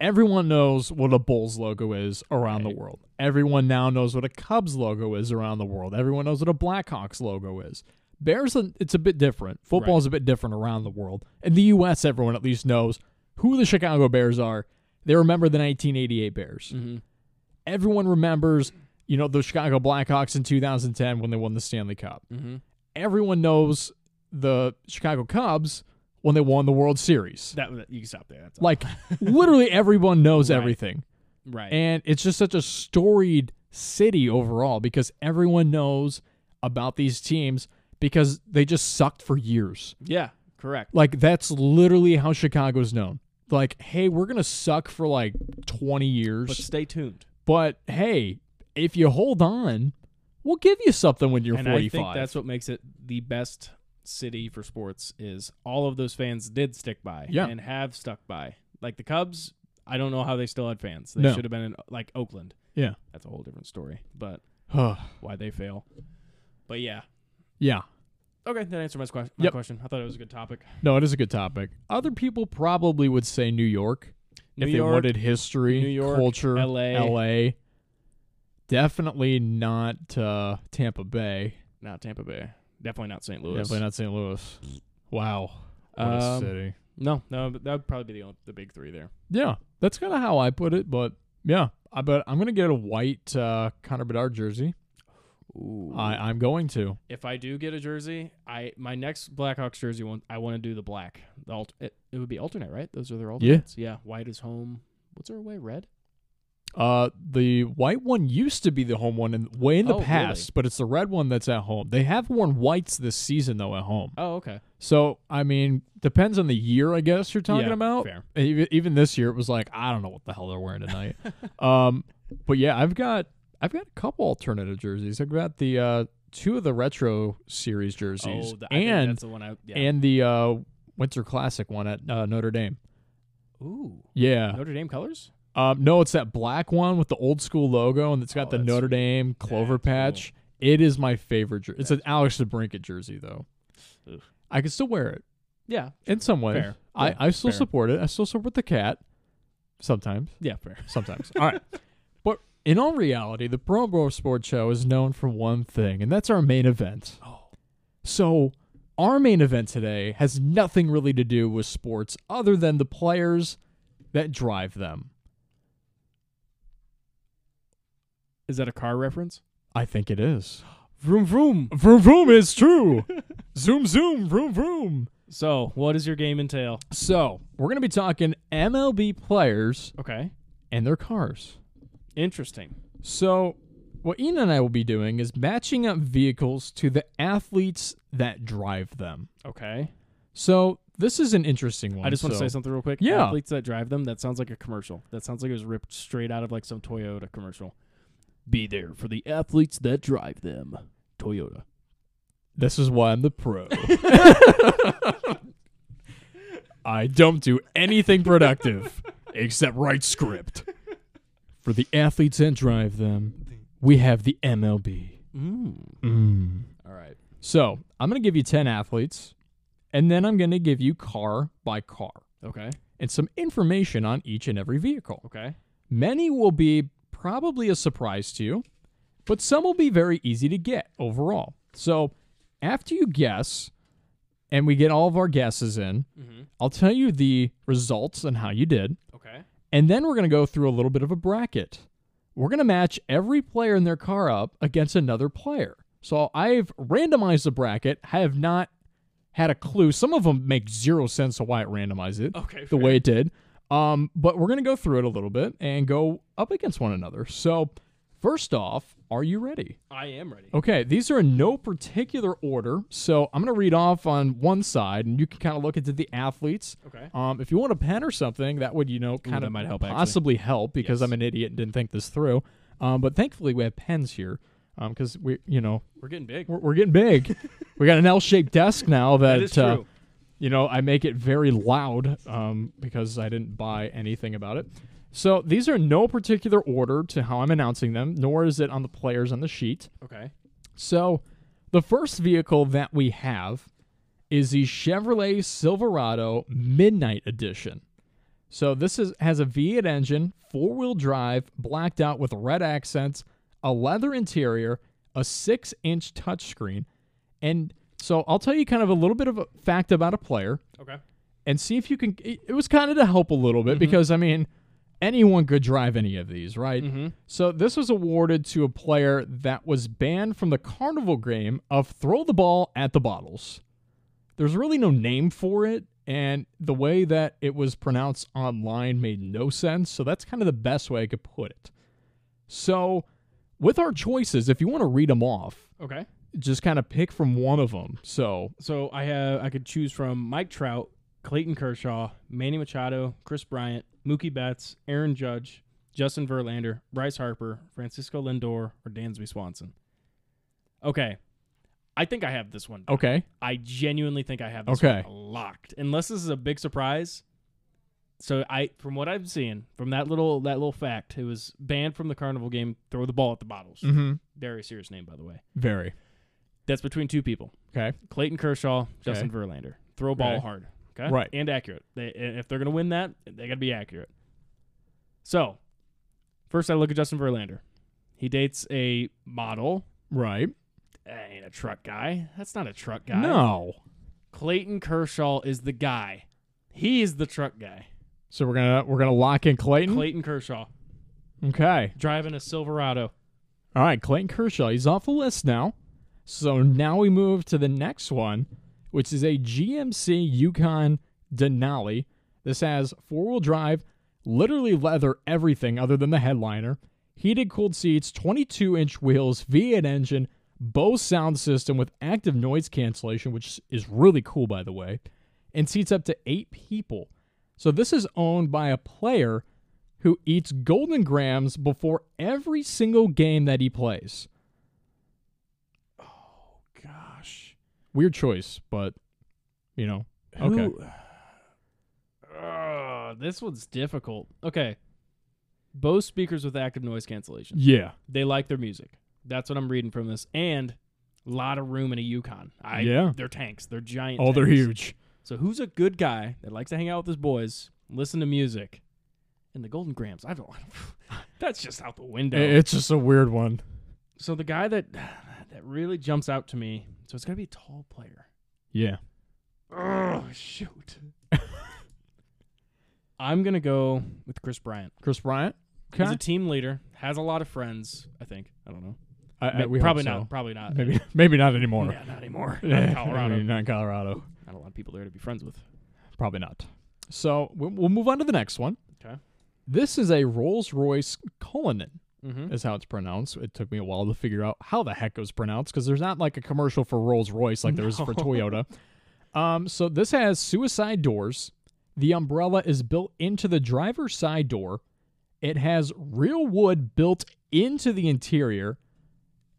A: everyone knows what a Bulls logo is around the
C: Right.
A: world. Everyone now knows what a Cubs logo is around the world. Everyone knows what a Blackhawks logo is. Bears, uh, it's a bit different. Football is a bit different around the world. In the U.S., everyone at least knows who the Chicago Bears are. They remember the 1988 Bears
C: Mm-hmm.
A: everyone remembers, you know, the Chicago Blackhawks in 2010 when they won the Stanley Cup.
C: Mhm.
A: Everyone knows the Chicago Cubs when they won the World Series.
C: That that- you can stop there. That's all.
A: Like literally everyone knows
C: Right.
A: everything.
C: right.
A: And it's just such a storied city overall because everyone knows about these teams because they just sucked for years.
C: yeah, correct.
A: Like that's literally how Chicago's known. Like, hey, we're going to suck for like 20 years.
C: But stay tuned.
A: But hey, if you hold on, we'll give you something when you're
C: and
A: 45.
C: I think that's what makes it the best city for sports is all of those fans did stick by
A: Yeah.
C: and have stuck by. Like the Cubs, I don't know how they still had fans. They
A: No.
C: should have been in like Oakland.
A: Yeah. <sighs>
C: That's a whole different story, but
A: Huh.
C: why they fail. But yeah.
A: yeah.
C: Okay, that answered my, squa- my
A: Yep.
C: question. I thought it was a good topic.
A: No, it is a good topic. Other people probably would say New York
C: New
A: if they
C: York,
A: wanted history,
C: New York,
A: culture,
C: LA.
A: LA. Definitely not uh, Tampa Bay.
C: not Tampa Bay. Definitely not St. Louis.
A: Definitely not St. Louis. Wow. What a
C: Um,
A: city.
C: No, no, but that would probably be the, only, the big three there.
A: Yeah, that's kind of how I put it, but yeah. I bet I'm gonna get a white uh, Connor Bedard jersey.
C: Ooh.
A: I, I'm going to.
C: if I do get a jersey, I my next Blackhawks jersey one, I want to do the black. The alt, it, it would be alternate, right? Those are their alternates. Yeah. White is home. What's our way? Red.
A: Uh, the white one used to be the home one, in, way in the
C: Oh, really?
A: past, but it's the red one that's at home. They have worn whites this season though at home.
C: Oh, okay.
A: So I mean, depends on the year, I guess you're talking
C: Yeah,
A: about.
C: fair.
A: Even, even this year, it was like I don't know what the hell they're wearing tonight. um, but yeah, I've got I've got a couple alternative jerseys. I've got the uh two of the retro series <laughs> jerseys
C: <laughs> Oh, the, I think
A: and
C: that's the one I. Yeah.
A: and the uh Winter Classic one at uh, Notre Dame.
C: Ooh,
A: Yeah.
C: Notre Dame colors.
A: Um, no, it's that black one with the old school logo, and it's got
C: Oh,
A: the
C: that's-
A: Notre Dame clover
C: that's cool.
A: patch. It is my favorite jersey. It's an Alex DeBrinket jersey, though.
C: Oof.
A: I could still wear it.
C: Yeah.
A: in some ways.
C: Fair.
A: I,
C: Yeah,
A: I still
C: fair.
A: support it. I still support the cat. Sometimes.
C: Yeah. Fair.
A: Sometimes. <laughs> all right. But in all reality, the Pro Bowl Sports Show is known for one thing, and that's our main event.
C: Oh.
A: So our main event today has nothing really to do with sports other than the players that drive them.
C: Is that a car reference?
A: I think it is.
C: Vroom vroom.
A: <laughs> Vroom vroom is true. <laughs> zoom zoom vroom vroom.
C: So, what does your game entail?
A: So we're gonna be talking MLB players
C: Okay.
A: and their cars.
C: Interesting.
A: So, what Ian and I will be doing is matching up vehicles to the athletes that drive them.
C: Okay.
A: So, this is an interesting one.
C: I just want to
A: Um, so-
C: say something real quick.
A: Yeah.
C: Athletes that drive them, that sounds like a commercial. That sounds like it was ripped straight out of like some Toyota commercial. Be there for the athletes that drive them. Toyota.
A: This is why I'm the
C: <laughs>
A: pro. I don't do anything productive except write script. For the athletes that drive them, we have the MLB.
C: Mm.
A: Mm.
C: All right.
A: So, I'm going to give you 10 athletes, and then I'm going to give you car by car
C: Okay.
A: and some information on each and every vehicle.
C: Okay.
A: Many will be probably a surprise to you, but some will be very easy to get overall. So, after you guess and we get all of our guesses in,
C: Mm-hmm.
A: I'll tell you the results and how you did.
C: Okay.
A: And then we're going to go through a little bit of a bracket. We're going to match every player in their car up against another player. So, I've randomized the bracket, I have not had a clue. Some of them make zero sense of why it randomized it
C: Okay.
A: the way it did. Um, but we're gonna go through it a little bit and go up against one another. So, first off, are you ready?
C: I am ready.
A: Okay, these are in no particular order. So I'm gonna read off on one side, and you can kind of look into the athletes.
C: Okay.
A: Um, if you want a pen or something, that would you know kind
C: that
A: of
C: might help, actually.
A: possibly help because
C: Yes.
A: I'm an idiot and didn't think this through. Um, but thankfully we have pens here because we you know
C: We're getting big.
A: we're, we're getting
C: <laughs>
A: big. we got an L-shaped desk now that,
C: That is
A: uh,
C: true.
A: you know, I make it very loud um, because I didn't buy anything about it. So these are in no particular order to how I'm announcing them, nor is it on the players on the sheet.
C: Okay.
A: So the first vehicle that we have is the Chevrolet Silverado Midnight Edition. So this is has a V8 engine, four-wheel drive, blacked out with red accents, a leather interior, a six-inch touchscreen, and so I'll tell you kind of a little bit of a fact about a player
C: Okay.
A: and see if you can. It, it was kind of to help a little bit because I mean, anyone could drive any of these, right?
C: Mhm.
A: So this was awarded to a player that was banned from the carnival game of throw the ball at the bottles. There's really no name for it, and the way that it was pronounced online made no sense. So that's kind of the best way I could put it. So, with our choices, if you want to read them off,
C: Okay.
A: just kind of pick from one of them. So
C: So I have I could choose from Mike Trout, Clayton Kershaw, Manny Machado, Chris Bryant, Mookie Betts, Aaron Judge, Justin Verlander, Bryce Harper, Francisco Lindor, or Dansby Swanson. Okay. I think I have this one. down.
A: okay,
C: I genuinely think I have this
A: Oh. Okay.
C: one locked. Unless this is a big surprise. So I from what I'm seeing, from that little that little fact, it was banned from the carnival game, throw the ball at the bottles.
A: mm-hmm.
C: Very serious name, by the way.
A: very
C: That's between two people.
A: okay.
C: Clayton Kershaw, Justin Verlander. Throw ball
A: Okay.
C: hard. Okay.
A: Right.
C: And accurate. They, and if they're going to win that, they got to be accurate. So, first I look at Justin Verlander. He dates a model.
A: Right.
C: That ain't a truck guy. That's not a truck guy.
A: No.
C: Clayton Kershaw is the guy. He is the truck guy.
A: So we're gonna we're gonna lock in Clayton.
C: Clayton Kershaw
A: okay.
C: driving a Silverado.
A: All right, Clayton Kershaw. He's off the list now. So now we move to the next one, which is a GMC Yukon Denali. This has four wheel drive, literally leather everything other than the headliner, heated cooled seats, 22 inch wheels, V8 engine, Bose sound system with active noise cancellation, which is really cool, by the way, and seats up to eight people. So this is owned by a player who eats golden grams before every single game that he plays.
C: Oh, Gosh.
A: Weird choice, but you know. Okay.
C: Who- Ugh, this one's difficult. Okay. Bose speakers with active noise cancellation.
A: Yeah.
C: They like their music. That's what I'm reading from this. And a lot of room in a Yukon. I,
A: Yeah.
C: They're tanks. They're giant.
A: Oh, they're
C: tanks.
A: huge.
C: So who's a good guy that likes to hang out with his boys, listen to music, and the Golden Grams? I don't. <laughs> <sighs> that's just out the window.
A: It's just a weird one.
C: so the guy that <sighs> that really jumps out to me. So it's gonna be a tall player.
A: Yeah.
C: Oh <laughs> shoot. I'm gonna go with Chris Bryant.
A: Chris Bryant.
C: He's a team leader, has a lot of friends. I think. I don't know.
A: I, I-
C: Ma-
A: Uh, we hope
C: probably
A: so.
C: not. Probably not.
A: Maybe <laughs> maybe not anymore.
C: Yeah, not anymore.
A: <laughs>
C: Not
A: Yeah,
C: in Colorado.
A: maybe not in Colorado.
C: Not a lot of people there to be friends with.
A: Probably not. So we'll, we'll move on to the next one.
C: Okay.
A: This is a Rolls Royce Cullinan.
C: Mm-hmm.
A: is how it's pronounced. It took me a while to figure out how the heck it was pronounced because there's not like a commercial for Rolls Royce like there is for
C: No.
A: Toyota. Um, so this has suicide doors. The umbrella is built into the driver's side door. It has real wood built into the interior.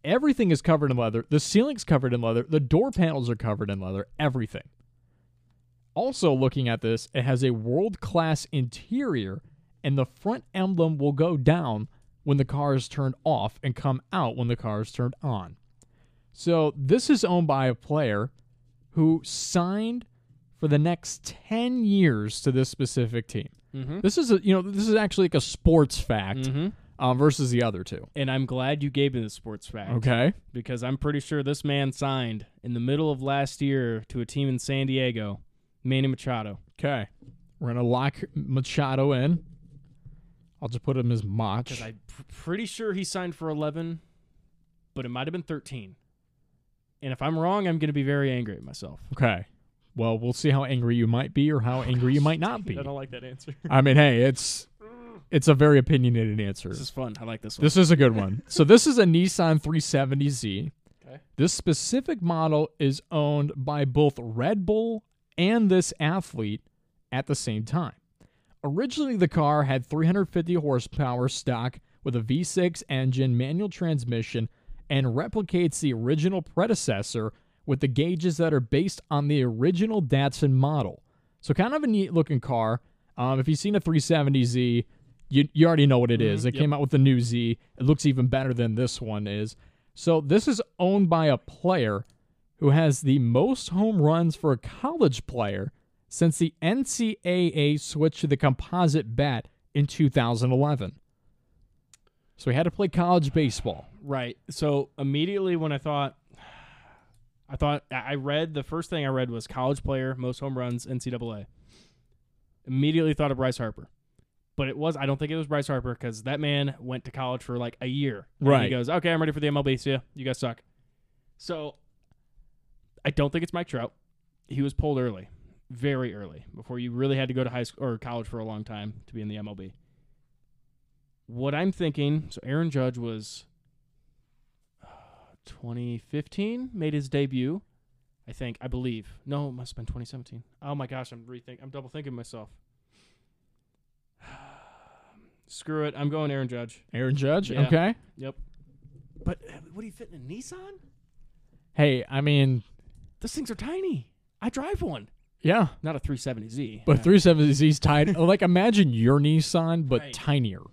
A: Everything is covered in leather. The ceiling's covered in leather. The door panels are covered in leather. Everything. Also, looking at this, it has a world class interior, and the front emblem will go down when the car is turned off and come out when the car is turned on. So, this is owned by a player who signed for the next 10 years to this specific team.
C: Mhm.
A: This is a, you know this is actually like a sports fact uh, versus the other two.
C: Mm-hmm. And I'm glad you gave me the sports fact
A: Okay.
C: because I'm pretty sure this man signed in the middle of last year to a team in San Diego, Manny Machado.
A: Okay. We're going to lock Machado in. I'll just put him as Mach.
C: Because I'm pr- pretty sure he signed for 11, but it might have been 13. And if I'm wrong, I'm going to be very angry at myself.
A: Okay. Well, we'll see how angry you might be or how angry you might not be.
C: <laughs> I don't like Oh, that
A: <laughs>
C: answer.
A: I mean, hey, it's it's a very opinionated answer.
C: This is fun. I like this one.
A: This is a good one. so this is a Nissan 370Z.
C: Okay.
A: This specific model is owned by both Red Bull and this athlete at the same time. Originally, the car had 350 horsepower stock with a V6 engine, manual transmission, and replicates the original predecessor with the gauges that are based on the original Datsun model. So, kind of a neat looking car. Um, if you've seen a 370Z, you, you already know what it is. It came out with the new Z. It looks even better than this one is. So, this is owned by a player who has the most home runs for a college player since the NCAA switched to the composite bat in 2011. So he had to play college baseball.
C: Right. So immediately when I thought, <sighs> I thought I I read the first thing I read was college player most home runs NCAA. Immediately thought of Bryce Harper, but it was I don't think it was Bryce Harper because that man went to college for like a year. And
A: Right.
C: He goes, okay, I'm ready for the MLB. See ya. You guys suck. So I don't think it's Mike Trout. He was pulled early, very early, before you really had to go to high school or college for a long time to be in the MLB. What I'm thinking, so Aaron Judge was 2015 made his debut i think i believe no it must have been 2017 oh my gosh i'm rethink i'm double thinking myself <sighs> screw it i'm going aaron judge
A: Aaron Judge,
C: Yeah.
A: okay?
C: yep but uh, what are you fitting in a nissan
A: Hey, I mean,
C: those things are tiny i drive one
A: yeah,
C: not a 370z
A: but 370Z's tied. like, imagine your Nissan, but
C: Right.
A: tinier.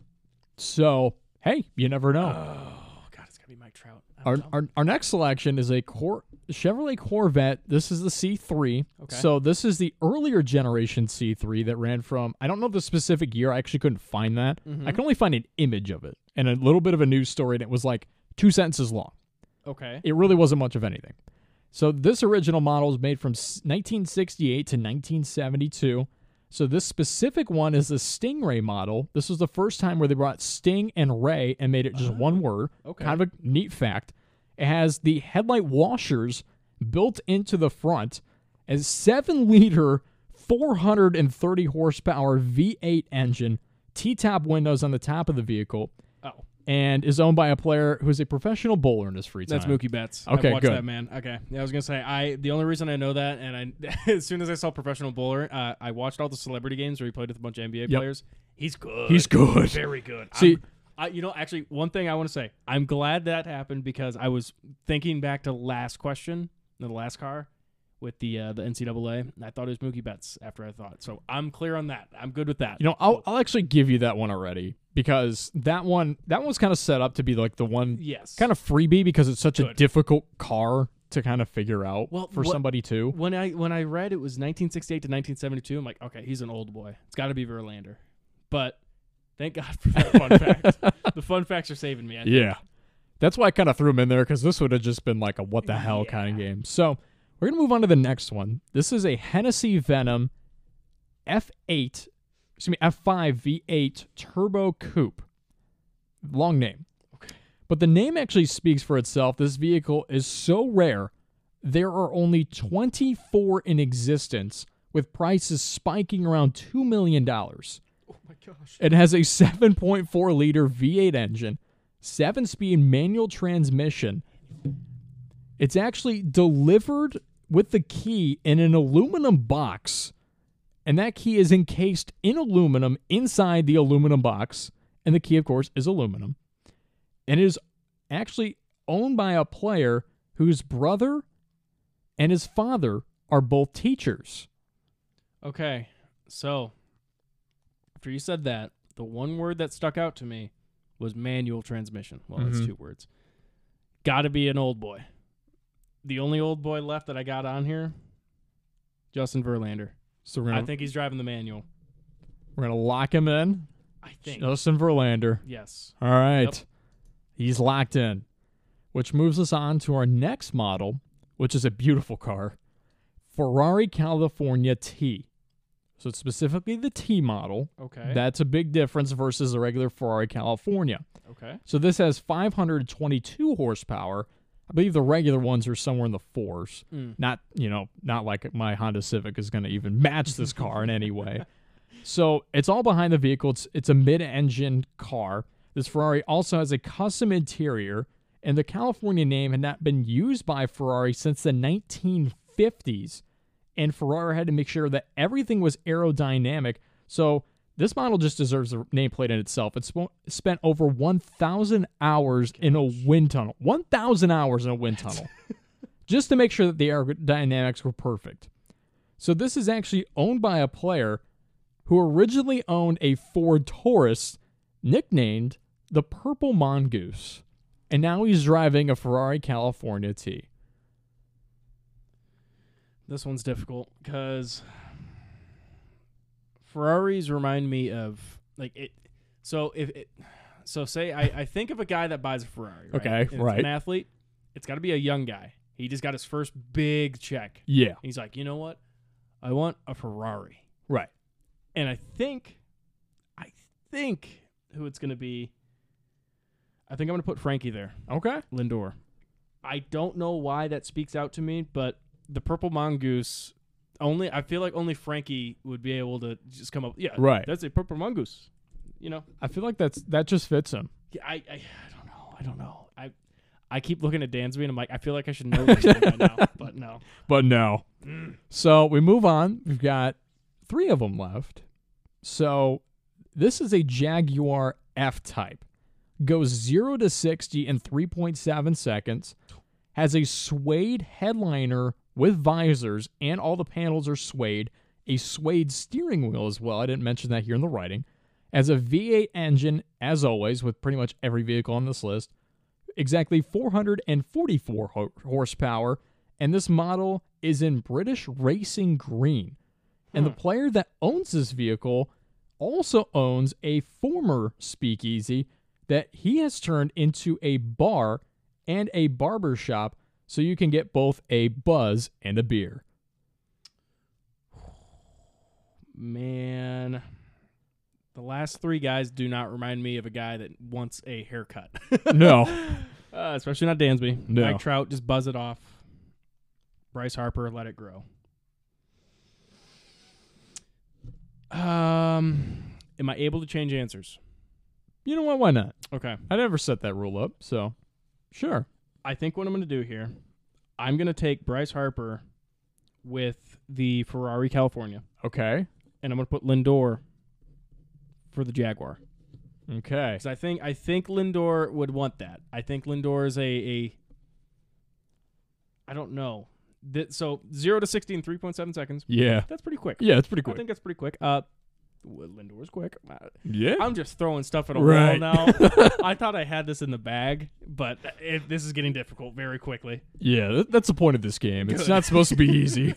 A: So, hey, you never know.
C: oh god it's gonna be mike trout I'm
A: our,
C: dumb.
A: our, our next selection is a Cor- Chevrolet Corvette. This is the C3.
C: Okay.
A: So this is the earlier generation C3 that ran from I don't know the specific year. I actually couldn't find that. I can only find an image of it and a little bit of a news story, and it was like two sentences long.
C: okay
A: It really wasn't much of anything. So this original model is made from s- 1968 to 1972. So this specific one is the Stingray model. This was the first time where they brought Sting and Ray and made it just one word.
C: Ah, okay.
A: Kind of a neat fact. It has the headlight washers built into the front and 7 liter 430 horsepower V8 engine, T-top windows on the top of the vehicle
C: oh
A: and is owned by a player who is a professional bowler in his free time.
C: That's Mookie Betts.
A: Okay,
C: I've watched
A: good.
C: that man. Okay, yeah, I was gonna say I. The only reason I know that, and I, <laughs> as soon as I saw professional bowler, uh, I watched all the celebrity games where he played with a bunch of NBA players. He's good.
A: He's good.
C: very good.
A: See-
C: I'm- I, you know, actually, one thing I want to say, I'm glad that happened because I was thinking back to last question, the last car with the uh, the NCAA, and I thought it was Mookie Betts after I thought. So I'm clear on that. I'm good with that.
A: You know, I'll, I'll actually give you that one already because that one that one's kind of set up to be like the one
C: yes,
A: kind of freebie because it's such a
C: Good.
A: difficult car to kind of figure out
C: Well,
A: for
C: what-
A: somebody too.
C: When I when I read it was 1968 to 1972, I'm like, okay, he's an old boy. It's got to be Verlander. But thank God for that fun fact.
A: <laughs>
C: The fun facts are saving me. I think.
A: Yeah. That's why I kind of threw him in there because this would have just been like a what the hell kind of game. So we're going to move on to the next one. This is a Hennessy Venom F8, excuse me, F5 V8 Turbo Coupe. Long name. But the name actually speaks for itself. This vehicle is so rare, there are only 24 in existence, with prices spiking around $2 million.
C: Oh my gosh.
A: It has a 7.4 liter V8 engine, 7 speed manual transmission. It's actually delivered with the key in an aluminum box, and that key is encased in aluminum inside the aluminum box. And the key, of course, is aluminum. And it is actually owned by a player whose brother and his father are both teachers.
C: Okay. So after you said that, the one word that stuck out to me was manual transmission. Well, that's
A: Mhm.
C: two words. Got to be an old boy. The only old boy left that I got on here, Justin Verlander.
A: So we're gonna,
C: I think he's driving the manual.
A: we're gonna lock him in.
C: I think.
A: Justin Verlander.
C: Yes.
A: All right. He's locked in, which moves us on to our next model, which is a beautiful car Ferrari California T. So, it's specifically the T model.
C: Okay.
A: That's a big difference versus the regular Ferrari California.
C: okay.
A: So, this has 522 horsepower. I believe the regular ones are somewhere in the fours.
C: Mm.
A: Not, you know, not like my Honda Civic is going to even match this car in any way. So it's all behind the vehicle. It's, it's a mid engine car. This Ferrari also has a custom interior, and the California name had not been used by Ferrari since the 1950s. And Ferrari had to make sure that everything was aerodynamic. So this model just deserves a nameplate in itself. It's spo- spent over 1,000 hours in a wind tunnel. 1,000 hours in a wind <laughs> tunnel. just to make sure that the aerodynamics were perfect. So this is actually owned by a player who originally owned a Ford Taurus nicknamed the Purple Mongoose, and now he's driving a Ferrari California T.
C: This one's difficult because Ferraris remind me of like it. So if it, so, say I, I think of a guy that buys a Ferrari. Right?
A: Okay,
C: And it's
A: right.
C: An athlete. It's got to be a young guy. He just got his first big check.
A: Yeah,
C: He's like, you know what? I want a Ferrari,
A: right.
C: and I think, I think who it's gonna be. I think I'm gonna put Frankie there.
A: Okay.
C: Lindor. I don't know why that speaks out to me, but the purple mongoose only I feel like only Frankie would be able to just come up. Yeah,
A: Right.
C: That's a purple mongoose. You know,
A: I feel like that's that just fits him.
C: Yeah, I, I I don't know. I don't know. I I keep looking at Dansby and I'm like, I feel like I should know this thing by now, but no.
A: But no. So we move on. We've got three of them left. So this is a Jaguar F type. Goes 0 to 60 in 3.7 seconds. Has a suede headliner with visors, and all the panels are suede. A suede steering wheel as well. I didn't mention that here in the writing. As a V8 engine, as always, with pretty much every vehicle on this list exactly 444 ho- horsepower, and this model is in British Racing Green. And the
C: Hmm.
A: player that owns this vehicle also owns a former speakeasy that he has turned into a bar and a barber shop, so you can get both a buzz and a beer.
C: <laughs> Man. The last three guys do not remind me of a guy that wants a haircut.
A: No.
C: uh, especially not Dansby.
A: No.
C: Mike Trout, just buzz it off. Bryce Harper, let it grow. Um, am I able to change answers?
A: you know what? Why not?
C: Okay,
A: I never set that rule up, so sure.
C: I think what I'm going to do here, I'm going to take Bryce Harper with the Ferrari California,
A: Okay.
C: and I'm going to put Lindor for the Jaguar.
A: Okay.
C: Because I think I think Lindor would want that. I think Lindor is a a. I don't know. Th- so zero to sixty in three point seven seconds.
A: Yeah.
C: That's pretty quick.
A: Yeah, it's pretty
C: I
A: quick.
C: think that's pretty quick. Uh, Well, Lindor's quick. I-
B: Yeah.
C: I'm just throwing stuff at a
B: Right.
C: <laughs> wall now. I thought I had this in the bag, but it, this is getting difficult very quickly.
A: Yeah, th- that's the point of this game. It's not supposed to be easy.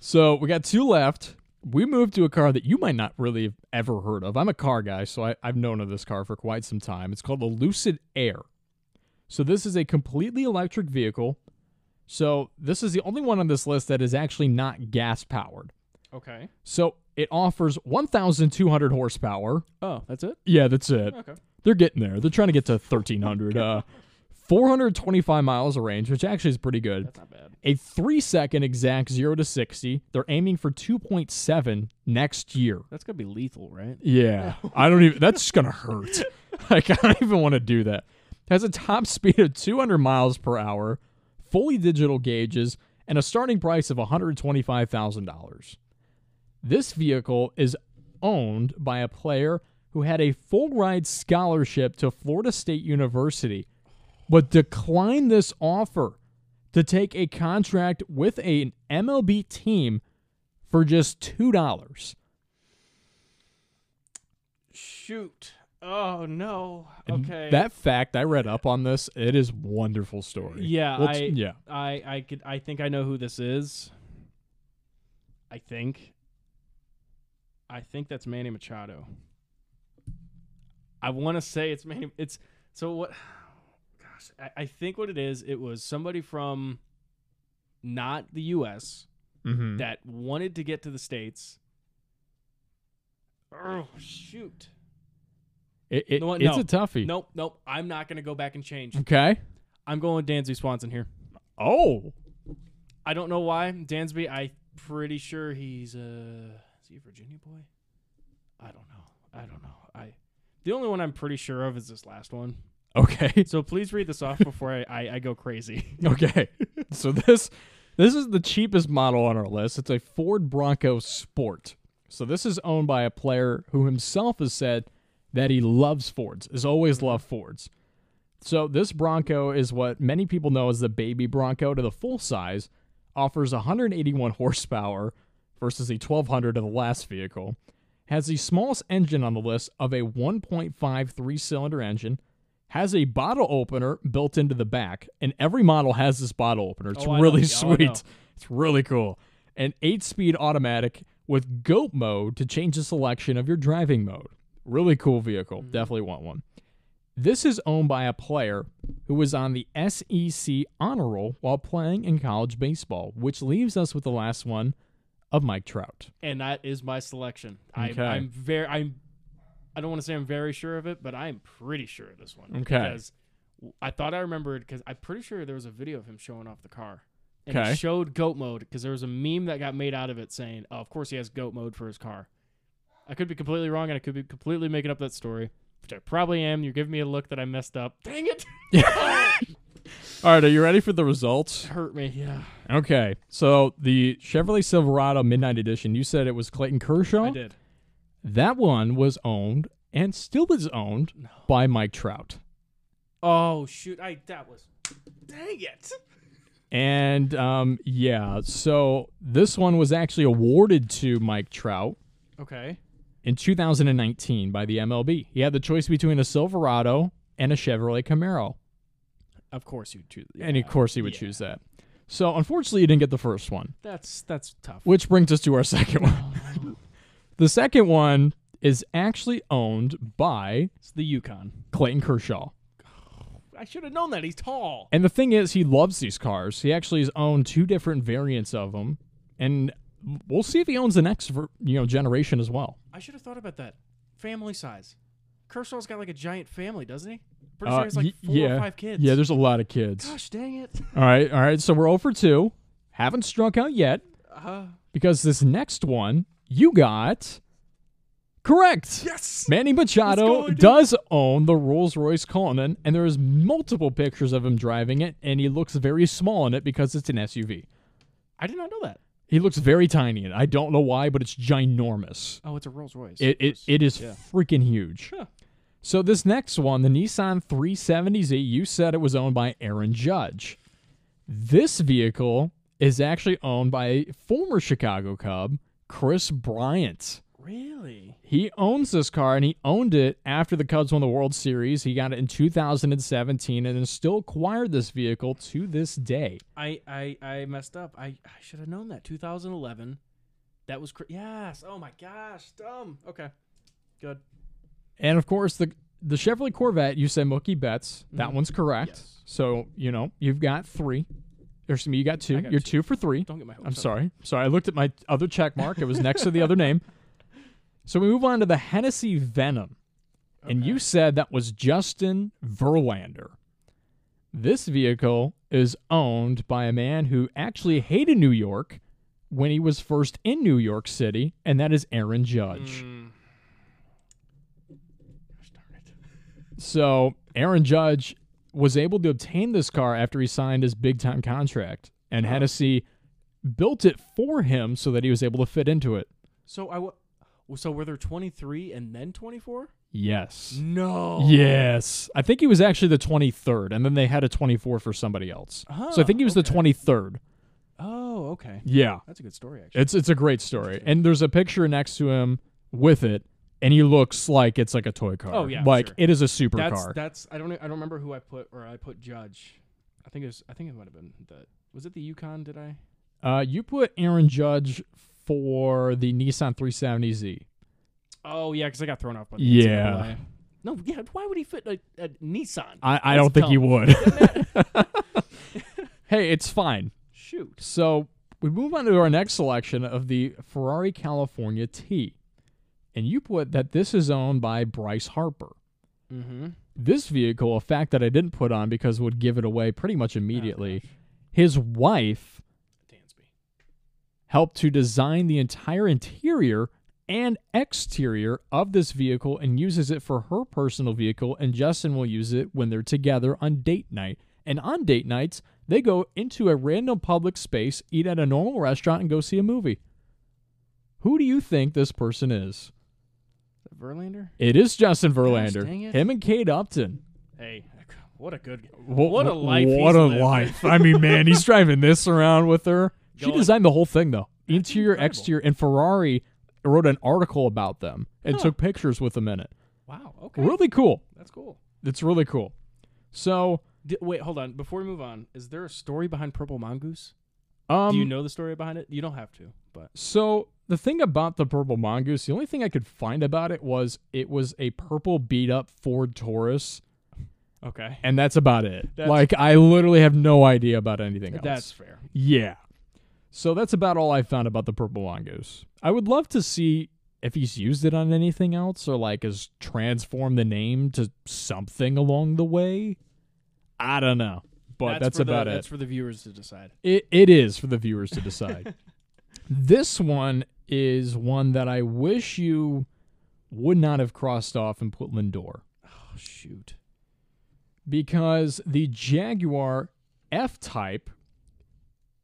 A: so we got two left. We moved to a car that you might not really have ever heard of. I'm a car guy, so I, I've known of this car for quite some time. It's called the Lucid Air. So this is a completely electric vehicle. So this is the only one on this list that is actually not gas powered.
C: Okay.
A: So it offers 1,200 horsepower.
C: Oh, that's it.
A: Yeah, that's it.
C: Okay.
A: They're getting there. They're trying to get to 1,300. Uh, 425 miles of range, which actually is pretty good
C: That's not bad.
A: a three second exact zero to 60. They're aiming for 2.7 next year.
C: That's gonna be lethal, right?
A: Yeah. I don't even, that's just going to hurt. <laughs> like, I don't even want to do that. Has a top <laughs> speed of 200 miles per hour, fully digital gauges, and a starting price of $125,000. This vehicle is owned by a player who had a full ride scholarship to Florida State University, but declined this offer to take a contract with an MLB team for just $2.
C: Shoot. Oh no. Okay.
A: That fact I read up on this, it is wonderful story.
C: Yeah,
A: Let's-
C: I,
A: yeah.
C: I, I could, I think I know who this is. I think. I think that's Manny Machado. I want to say it's Manny. It's so what? Gosh, I, I think what it is. It was somebody from, not the U.S.
A: Mm-hmm.
C: that wanted to get to the states. Oh shoot!
A: It, it-
C: No,
A: it's
C: no.
A: a toughie.
C: Nope, nope. I'm not gonna go back and change.
A: Okay.
C: I'm going with Dansby Swanson here.
A: Oh,
C: I don't know why Dansby. I pretty sure he's a is he a Virginia boy? I don't know. I don't know. I the only one I'm pretty sure of is this last one.
A: okay, <laughs>
C: So please read this off before I, I, I go crazy.
A: okay. so this this is the cheapest model on our list. It's a Ford Bronco Sport. So this is owned by a player who himself has said that he loves Fords, has always loved Fords. So this Bronco is what many people know as the baby Bronco to the full size, offers 181 horsepower versus the 1200 of the last vehicle. Has the smallest engine on the list of a 1.5 three cylinder engine, has a bottle opener built into the back, and every model has this bottle opener. It's
C: Oh, I know.
A: really
C: Yeah, oh, I know.
A: sweet. It's really cool. An eight speed automatic with GOAT mode to change the selection of your driving mode. Really cool vehicle.
C: Mm-hmm.
A: Definitely want one. This is owned by a player who was on the SEC honor roll while playing in college baseball, which leaves us with the last one of Mike Trout.
C: And that is my selection.
A: Okay.
C: I, I'm very I'm I don't want to say I'm very sure of it, but I'm pretty sure of this one.
A: Okay.
C: Because I thought I remembered because I'm pretty sure there was a video of him showing off the car. And
A: Okay.
C: it showed goat mode because there was a meme that got made out of it saying, oh, of course he has goat mode for his car. I could be completely wrong and I could be completely making up that story, which I probably am. You're giving me a look that I messed up. Dang it. <laughs>
A: All right, are you ready for the results?
C: Hurt me. Yeah.
A: Okay, so the Chevrolet Silverado Midnight Edition, you said it was Clayton Kershaw?
C: I did.
A: That one was owned and still is owned by Mike Trout.
C: Oh, shoot. I That was. Dang it.
A: And um, yeah, so this one was actually awarded to Mike Trout
C: Okay.
A: in 2019 by the MLB. He had the choice between a Silverado and a Chevrolet Camaro.
C: Of course you choose.
A: And of course, he would
C: yeah.
A: choose that. So unfortunately, you didn't get the first one,
C: That's that's tough.
A: which brings us to our <laughs> second one.
C: <laughs>
A: the second one is actually owned by
C: It's the Yukon.
A: Clayton Kershaw.
C: I should have known that. He's tall.
A: And the thing is, he loves these cars. He actually has owned two different variants of them, and we'll see if he owns the next ver- you know generation as well.
C: I should have thought about that. Family size. Kershaw's got like a giant family, doesn't he? Pretty sure
A: Uh,
C: he has like
A: y-
C: four
A: yeah,
C: or five kids.
A: yeah. There's a lot of kids.
C: Gosh dang it.
A: All right, all right. So we're 0 for two. Haven't struck out yet
C: Uh,
A: because this next one you got correct.
C: yes.
A: Manny Machado
C: go, dude.
A: does own the Rolls Royce Cullinan, and there is multiple pictures of him driving it, and he looks very small in it because it's an SUV.
C: I did not know that.
A: He looks very tiny in it. I don't know why, but it's ginormous.
C: Oh, it's a Rolls Royce.
A: It it, it is
C: Yeah.
A: freaking huge.
C: Huh.
A: So this next one, the Nissan 370Z, you said it was owned by Aaron Judge. This vehicle is actually owned by former Chicago Cub Chris Bryant.
C: Really?
A: He owns this car and he owned it after the Cubs won the World Series. He got it in 2017 and has still acquired this vehicle to this day.
C: I I, I messed up. I, I should have known that. 2011. That was cr- yes. Oh my gosh, dumb. Okay, good.
A: And of course, the the Chevrolet Corvette, you said Mookie Betts. That
C: Mhm.
A: one's correct.
C: Yes.
A: So, you know, you've got three. Or excuse me, you got two.
C: got
A: You're
C: two.
A: two for three.
C: Don't get my. hopes
A: I'm
C: up.
A: sorry. Sorry, I looked at my other check mark. It was next to the other name. So we move on to the Hennessy Venom. And
C: Okay.
A: you said that was Justin Verlander. This vehicle is owned by a man who actually hated New York when he was first in New York City, and that is Aaron Judge.
C: Mm. Gosh darn it.
A: So Aaron Judge was able to obtain this car after he signed his big time contract, and Hennessy built it for him so that he was able to fit into it.
C: So I wa- well, so were there 23 and then 24?
A: Yes.
C: No.
A: Yes. I think he was actually the 23rd, and then they had a 24 for somebody else. so I think he was the
C: Oh,
A: 23rd.
C: Oh, okay.
A: Yeah.
C: That's a good story actually.
A: It's it's a great story. And there's a picture next to him with it, and he looks like it's like a toy car.
C: Oh, yeah,
A: Like
C: sure.
A: it is a super
C: that's
A: car.
C: that's I don't I don't remember who I put or I put Judge. I think it was I think it might have been the was it the Yukon did I?
A: Uh, you put Aaron Judge for the Nissan 370Z.
C: Oh yeah, cuz I got thrown off by the
A: Yeah.
C: NCAA. No, yeah, why would he fit a, a Nissan?
A: I, I
C: That's
A: don't think he
C: dumb.
A: would.
C: <laughs>
A: <laughs> hey, it's fine.
C: Shoot.
A: So we move on to our next selection of the Ferrari California T. And you put that this is owned by Bryce Harper.
C: Mhm.
A: This vehicle, a fact that I didn't put on because it would give it away pretty much immediately, his wife
C: Oh, Dansby.
A: helped to design the entire interior and exterior of this vehicle and uses it for her personal vehicle and Justin will use it when they're together on date night. And on date nights, they go into a random public space, eat at a normal restaurant and go see a movie. Who do you think this person is?
C: Is that Verlander?
A: It is Justin
C: dang it.
A: Verlander. Him and Kate Upton.
C: Hey, what a good
A: Wha-
C: What a
A: wha-
C: life he's
A: What a
C: lived.
A: life. I mean, man, he's driving this around with her. She
C: Going-
A: designed the whole thing though,
C: That's
A: interior,
C: incredible.
A: exterior, and Ferrari wrote an article about them and
C: Huh.
A: took pictures with them in it.
C: <laughs> Wow, okay.
A: Really cool.
C: That's cool.
A: It's really cool. So,
C: D- wait, hold on. Before we move on, is there a story behind Purple Mongoose?
A: um,
C: Do you know the story behind it? You don't have to, but
A: so the thing about the purple mongoose, the only thing I could find about it was it was a purple beat up Ford Taurus,
C: okay.
A: and that's about it.
C: That's-
A: like I literally have no idea about anything else.
C: That's fair.
A: Yeah. So that's about all I found about the purple mongoose. I would love to see if he's used it on anything else or like has transformed the name to something along the way. I don't know. But that's,
C: for the-
A: about it.
C: That's for the viewers to decide.
A: It, it is for the viewers to
C: <laughs>
A: decide. this one is one that I wish you would not have crossed off and put Lindor
C: Oh shoot.
A: because the Jaguar F Type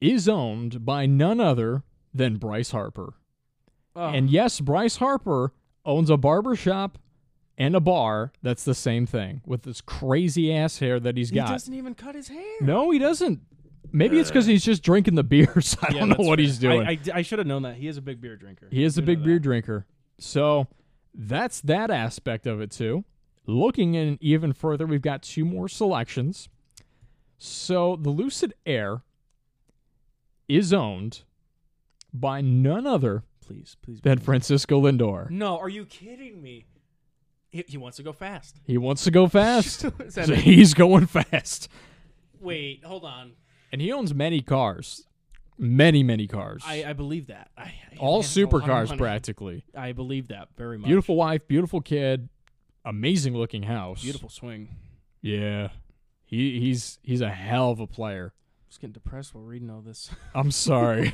A: is owned by none other than Bryce Harper.
C: Oh,
A: And yes, Bryce Harper owns a barber shop and a bar that's the same thing with this crazy ass hair that he's
C: he
A: got.
C: doesn't even cut his hair.
A: No, he doesn't. Maybe it's because he's just drinking the beers. <laughs> I
C: Yeah,
A: don't know
C: that's
A: what
C: fair.
A: he's doing.
C: I, I, should have known that. He is a big beer drinker.
A: He is a
C: You
A: big
C: know
A: beer
C: that.
A: drinker. So that's that aspect of it too. Looking in even further, we've got two more selections. So the Lucid Air is owned by none other
C: Please, please.
A: than Francisco Lindor.
C: No, are you kidding me? He, he wants to go fast.
A: He wants to go
C: <laughs>
A: fast. <laughs>
C: Is that
A: so
C: a-
A: he's going fast.
C: wait, hold on.
A: And he owns many cars. Many, many cars.
C: I, I believe that. I, I
A: All
C: have a lot of
A: supercars
C: money.
A: practically.
C: I believe that very much.
A: Beautiful wife, beautiful kid, amazing looking house.
C: beautiful swing.
A: Yeah. He he's he's a hell of a player.
C: just getting depressed while reading all this. <laughs>
A: I'm sorry.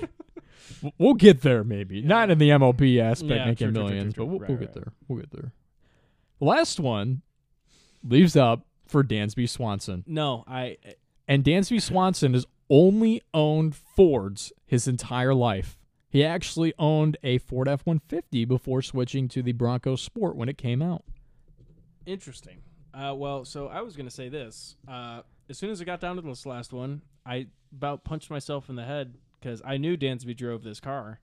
A: W- we'll get there maybe. Not in the MLB aspect
C: Yeah,
A: making
C: true, true, true,
A: millions,
C: true,
A: but we'll,
C: right,
A: we'll
C: right,
A: get there. We'll get there. Last one leaves up for Dansby Swanson.
C: No, I.
A: And Dansby Swanson has only owned Fords his entire life. He actually owned a Ford F-150 before switching to the Bronco Sport when it came out.
C: Interesting. Uh, well, so I was gonna say this. Uh, as soon as I got down to this last one, I about punched myself in the head because I knew Dansby drove this car.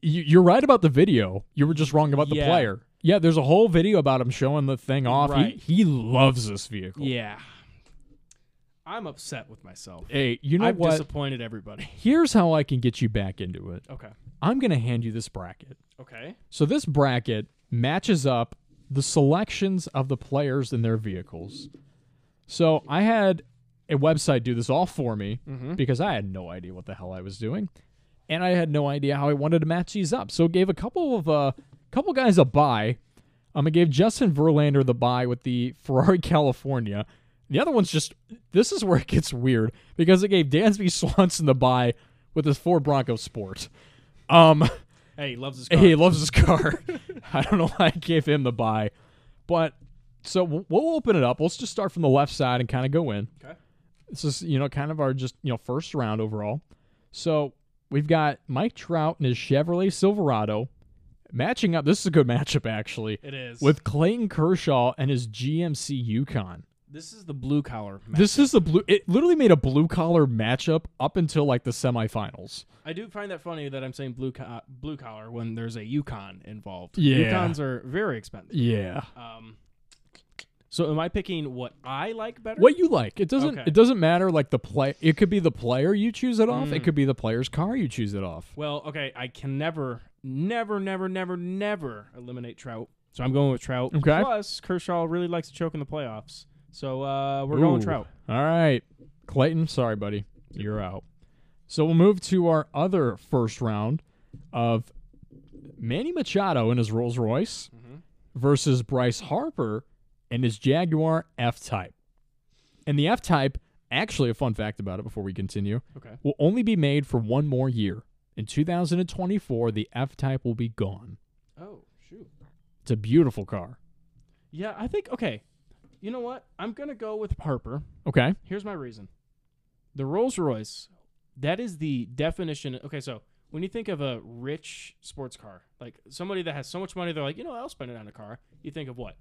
A: you, you're right about the video. You were just wrong about the
C: Yeah.
A: player. Yeah, there's a whole video about him showing the thing off.
C: Right.
A: He, he loves this vehicle.
C: Yeah. I'm upset with myself.
A: Hey, you know
C: I've
A: what? <laughs>
C: disappointed everybody.
A: Here's how I can get you back into it.
C: Okay.
A: I'm going to hand you this bracket.
C: Okay.
A: So this bracket matches up the selections of the players and their vehicles. So I had a website do this all for me because I had no idea what the hell I was doing, and I had no idea how I wanted to match these up. So it gave a couple of uh, couple guys a buy. Um, it gave Justin Verlander the buy with the <laughs> Ferrari California. The other one's just this is where it gets weird because it gave Dansby Swanson the buy with his Ford Bronco Sport. Um. <laughs>
C: Hey, he loves his car.
A: He loves his
C: <laughs>
A: car. <laughs> I don't know why I gave him the buy, but so we'll, we'll open it up. Let's just start from the left side and kind of go in.
C: Okay.
A: This is you know kind of our just you know first round overall. So we've got Mike Trout and his Chevrolet Silverado matching up. This is a good matchup actually
C: It is.
A: with Clayton Kershaw and his GMC Yukon.
C: this is the blue collar match.
A: This is the blue. It literally made a blue collar matchup up until like the semifinals.
C: I do find that funny that I'm saying blue co- uh, blue collar when there's a Yukon involved.
A: Yeah.
C: Yukons are very expensive.
A: Yeah.
C: Um So am I picking what I like better?
A: what you like. It doesn't
C: Okay.
A: it doesn't matter like the play it could be the player you choose it off, it could be the player's car you choose it off.
C: Well, okay, I can never never never never never eliminate Trout. So I'm going with Trout.
A: Okay.
C: Plus Kershaw really likes to choke in the playoffs. So uh we're going
A: Ooh.
C: Trout.
A: All right. Clayton, sorry buddy. You're out. So we'll move to our other first round of Manny Machado in his Rolls Royce versus Bryce Harper and his Jaguar F Type. And the F Type, actually a fun fact about it before we continue,
C: Okay.
A: will only be made for one more year. In 2024, the F Type will be gone.
C: Oh, shoot.
A: It's a beautiful car.
C: Yeah, I think okay. You know what? I'm gonna go with Harper.
A: Okay.
C: Here's my reason. The Rolls Royce, that is the definition. Okay, so when you think of a rich sports car, like somebody that has so much money, they're like, you know, I'll spend it on a car. You think of what?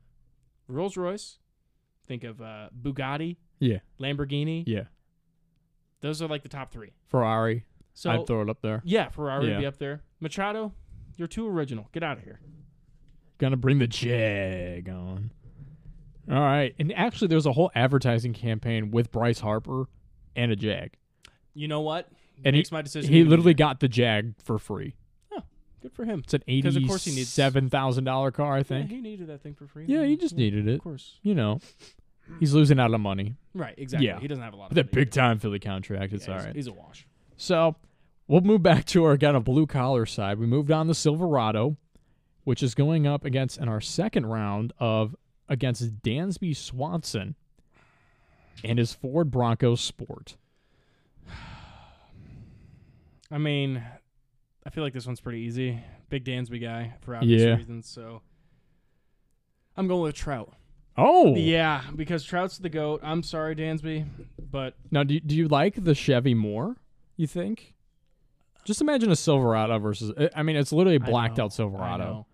C: Rolls Royce. Think of uh, Bugatti,
A: Yeah.
C: Lamborghini.
A: Yeah.
C: Those are like the top three.
A: Ferrari.
C: So
A: I'd throw it up there.
C: yeah, Ferrari
A: Yeah.
C: would be up there. Machado, you're too original. Get out of here.
A: Gonna bring the Jag on. All right. And actually, there's a whole advertising campaign with Bryce Harper and a Jag.
C: You know what?
A: And he-
C: makes my decision.
A: He
C: even
A: literally
C: easier.
A: got the Jag for free.
C: good for him.
A: It's an
C: 'Cause of course he needs-
A: $87,000 car, I
C: Yeah,
A: think.
C: he needed that thing for free. Mm-hmm.
A: Yeah, he just needed
C: Of
A: it.
C: course.
A: You know, he's losing out on money.
C: Right, exactly.
A: Yeah.
C: He doesn't have a lot of
A: But that
C: money
A: big time Philly contract, it's
C: either. Yeah,
A: all
C: he's-
A: right.
C: He's a wash.
A: So we'll move back to our kind of blue collar side. We moved on the Silverado, which is going up against in our second round of against Dansby Swanson and his Ford Bronco Sport.
C: I mean, I feel like this one's pretty easy. Big Dansby guy for obvious
A: Yeah.
C: reasons. So I'm going with Trout.
A: Oh,
C: Yeah, because Trout's the goat. I'm sorry, Dansby, but
A: Now, do do you like the Chevy more? You think? Just imagine a Silverado versus. I- I mean, it's literally a
C: I
A: blacked
C: know,
A: out
C: I
A: Silverado.
C: know.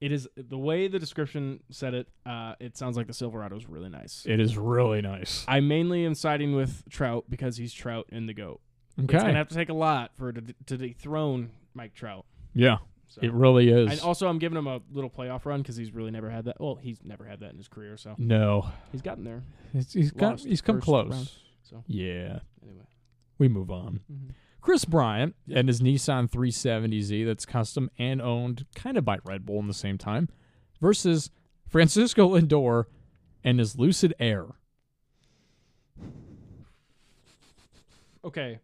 C: It is the way the description said it. Uh, it sounds like the Silverado is really nice.
A: It is really nice.
C: I mainly am siding with Trout because he's Trout and the goat. It's
A: Okay.
C: gonna have to take a lot for it to, to dethrone Mike Trout.
A: yeah,
C: So.
A: it really is.
C: And also, I'm giving him a little playoff run because he's really never had that. Well, he's never had that in his career, so
A: no,
C: he's gotten there.
A: It's- he's come,
C: Lost
A: he's come
C: first
A: close.
C: round. So
A: Yeah,
C: anyway,
A: we move on.
C: Mhm.
A: Chris Bryant and his Nissan 370Z that's custom and owned kind of by Red Bull in the same time versus Francisco Lindor and his Lucid Air.
C: okay,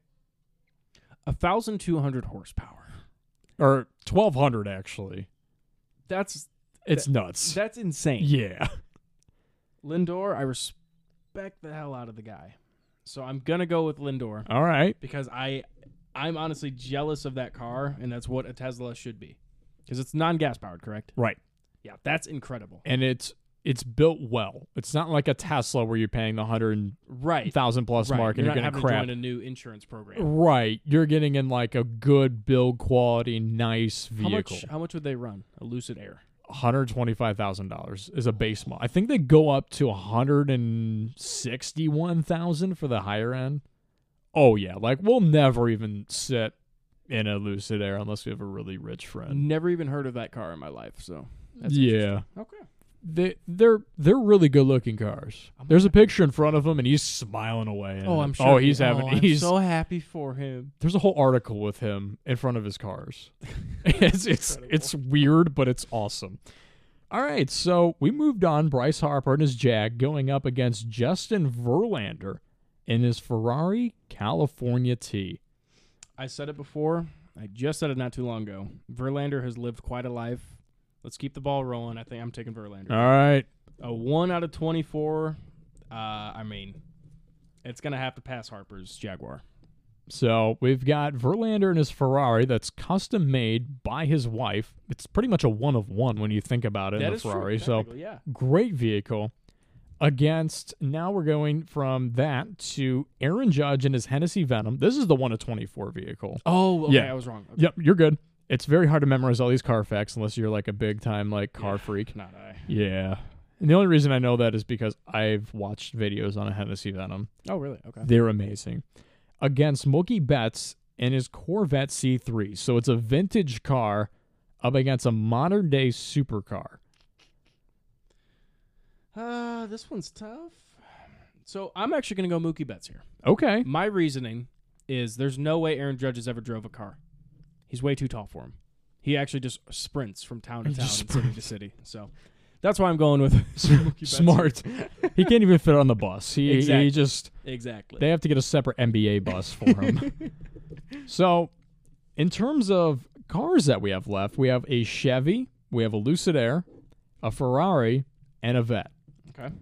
C: a thousand two hundred horsepower.
A: Or 1200 actually.
C: That's
A: It's nuts.
C: that's insane.
A: yeah.
C: Lindor, I respect the hell out of the guy, so I'm gonna go with Lindor
A: All right.
C: because I I'm honestly jealous of that car, and that's what a Tesla should be, because it's non-gas powered, correct?
A: Right.
C: Yeah, that's incredible.
A: And it's it's built well. It's not like a Tesla where you're paying the 100,000
C: Right.
A: plus
C: right.
A: mark and
C: you're,
A: you're,
C: not
A: going
C: having
A: to crap.
C: to join a new insurance program.
A: Right. You're getting in like a good build quality nice
C: How
A: vehicle.
C: much? How much would they run a Lucid Air?
A: hundred twenty five thousand dollars is a base model. I think they go up to hundred and sixty one thousand for the higher end. Oh yeah, like we'll never even sit in a Lucid Air unless we have a really rich friend.
C: Never even heard of that car in my life. So that's
A: yeah,
C: interesting. Okay.
A: they they're they're really good looking cars.
C: I'm
A: There's a picture in front of him and he's smiling away. at
C: Oh,
A: it.
C: I'm sure.
A: Oh, he's
C: he-
A: having
C: oh, I'm
A: he's
C: so happy for him.
A: there's a whole article with him in front of his cars. <laughs> <laughs> it's it's it's weird, but it's awesome. All right, so we moved on. Bryce Harper and his Jag going up against Justin Verlander in his Ferrari California T.
C: I said it before. I just said it not too long ago. Verlander has lived quite a life. Let's keep the ball rolling. I think I'm taking Verlander.
A: All right,
C: A one out of 24. Uh, I mean, it's gonna have to pass Harper's Jaguar.
A: so we've got Verlander and his Ferrari that's custom made by his wife. It's pretty much a one of one when you think about it
C: That
A: in the
C: is true,
A: Ferrari. So
C: technically, yeah.
A: great vehicle against now we're going from that to Aaron Judge and his Hennessy Venom. This is the one of 24 vehicle.
C: Oh, okay,
A: Yeah.
C: I was wrong. Okay.
A: Yep, you're good. It's very hard to memorize all these car facts unless you're like a big time like car freak.
C: Not I.
A: Yeah. And the only reason I know that is because I've watched videos on a Hennessy Venom.
C: Oh, really? Okay.
A: They're amazing. Against Mookie Betts and his Corvette C3. So it's a vintage car up against a modern day supercar.
C: Uh, this one's tough. So I'm actually gonna go Mookie Betts here.
A: Okay.
C: My reasoning is there's no way Aaron Judge has ever drove a car. He's way too tall for him. He actually just sprints from town to
A: He
C: town, and
A: just
C: city to city. So that's why I'm going <laughs> with Mookie Betts.
A: Smart. <laughs> he can't even fit on the bus. He, he
C: Exactly.
A: just
C: Exactly.
A: they have to get a separate MBA bus for <laughs> him. so, in terms of cars that we have left, we have a Chevy, we have a Lucid Air, a Ferrari, and a Vet.
C: okay.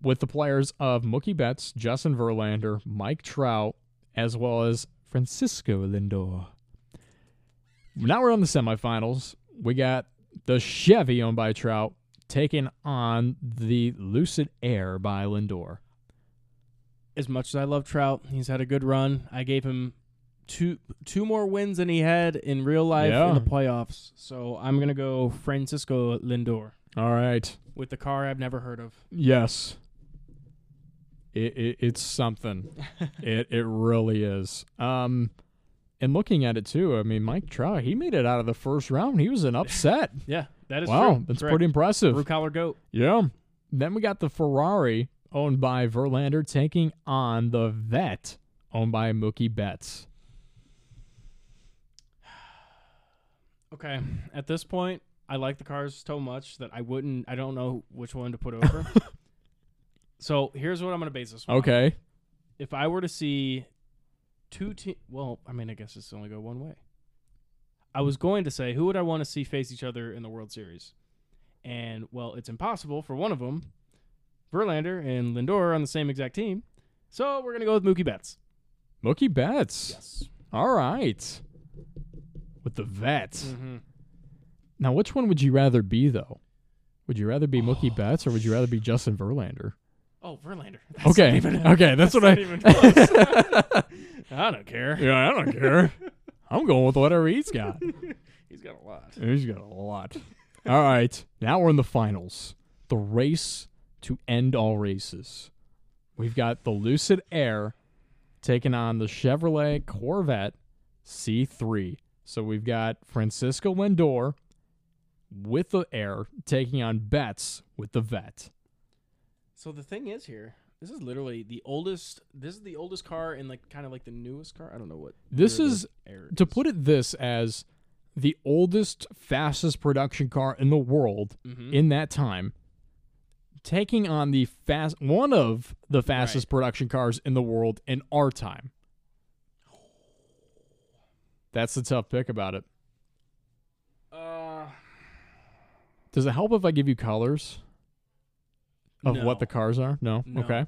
A: With the players of Mookie Betts, Justin Verlander, Mike Trout, as well as Francisco Lindor. Now we're on the semifinals. We got the Chevy owned by Trout taking on the Lucid Air by Lindor.
C: As much as I love Trout, he's had a good run. I gave him two two more wins than he had in real life
A: Yeah.
C: in the playoffs. So I'm gonna go Francisco Lindor
A: All right.
C: with the car I've never heard of.
A: Yes. It, it it's
C: <laughs>
A: something. it it really is. Um and looking at it too, I mean Mike Trout, he made it out of the first round. He
C: <laughs>
A: was an upset.
C: Yeah, that is
A: wow,
C: true.
A: that's
C: Correct.
A: pretty impressive.
C: blue collar goat.
A: Yeah. Then we got the Ferrari owned by Verlander taking on the Vet owned by Mookie Betts.
C: Okay. At this point, I like the cars so much that I wouldn't. I don't know which one to
A: <laughs>
C: put over. so here's what I'm gonna base this. One on.
A: Okay.
C: If I were to see two team, well, I mean, I guess it's only go one way. I was going to say who would I want to see face each other in the World Series, and well, it's impossible for one of them. Verlander and Lindor are on the same exact team, so we're gonna go with Mookie Betts.
A: Mookie Betts.
C: Yes.
A: All right. With the Vet.
C: hmm
A: Now, which one would you rather be, though? Would you rather be Mookie Betts or would you rather be Justin Verlander?
C: Oh, Verlander. <laughs> That's
A: Okay,
C: not even-
A: okay, that's, what I.
C: not even close. I don't care.
A: <laughs> yeah, I don't care. I'm going with whatever he's got.
C: He's got a lot.
A: He's got a lot. <laughs> All right, now we're in the finals. The race to end all races. We've got the Lucid Air taking on the Chevrolet Corvette C3. So we've got Francisco Lindor with the Air taking on Betts with the Vet.
C: So the thing is here, this is literally the oldest. This is the oldest car and like kind of like the newest car. I don't know what.
A: This
C: year the
A: is-
C: Air
A: to
C: is.
A: put it this as the oldest, fastest production car in the world
C: Mhm.
A: in that time, taking on the fast one of the fastest production cars in the world in our time. That's the tough pick about it.
C: Uh,
A: Does it help if I give you colors of
C: No.
A: what the cars are? No?
C: No.
A: Okay.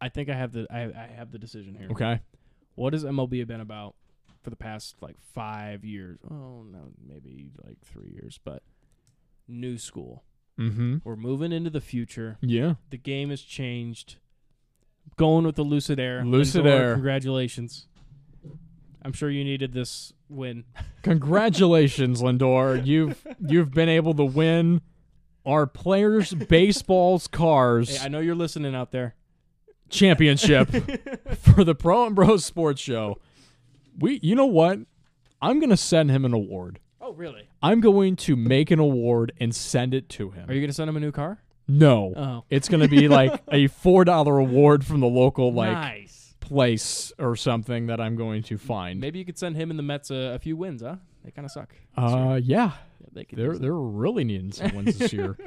C: I think I have the I, I have the decision here.
A: Okay.
C: What has MLB been about for the past like five years? Oh no, maybe like three years, but new school.
A: Mm-hmm.
C: We're moving into the future.
A: Yeah.
C: The game has changed. Going with the Lucid Air.
A: Lucid
C: Lindor,
A: Air.
C: Congratulations. I'm sure you needed this
A: <laughs>
C: win.
A: Congratulations, Lindor. You've you've been able to win our
C: <laughs>
A: players' baseball's cars.
C: Hey, I know you're listening out there. <laughs>
A: championship for the Pro and Bros Sports Show. We, you know what? I'm going to send him an award.
C: Oh, really?
A: I'm going to make an award and send it to him.
C: Are you gonna send him a new car?
A: no.
C: Oh,
A: It's going to be like
C: <laughs>
A: a $4 award from the local like
C: nice.
A: place or something that I'm going to find.
C: Maybe you could send him and the Mets a, a few wins, huh? They kind of suck.
A: Uh yeah.
C: Yeah, they could
A: They're
C: use it.
A: they're really needing some wins this
C: <laughs>
A: year.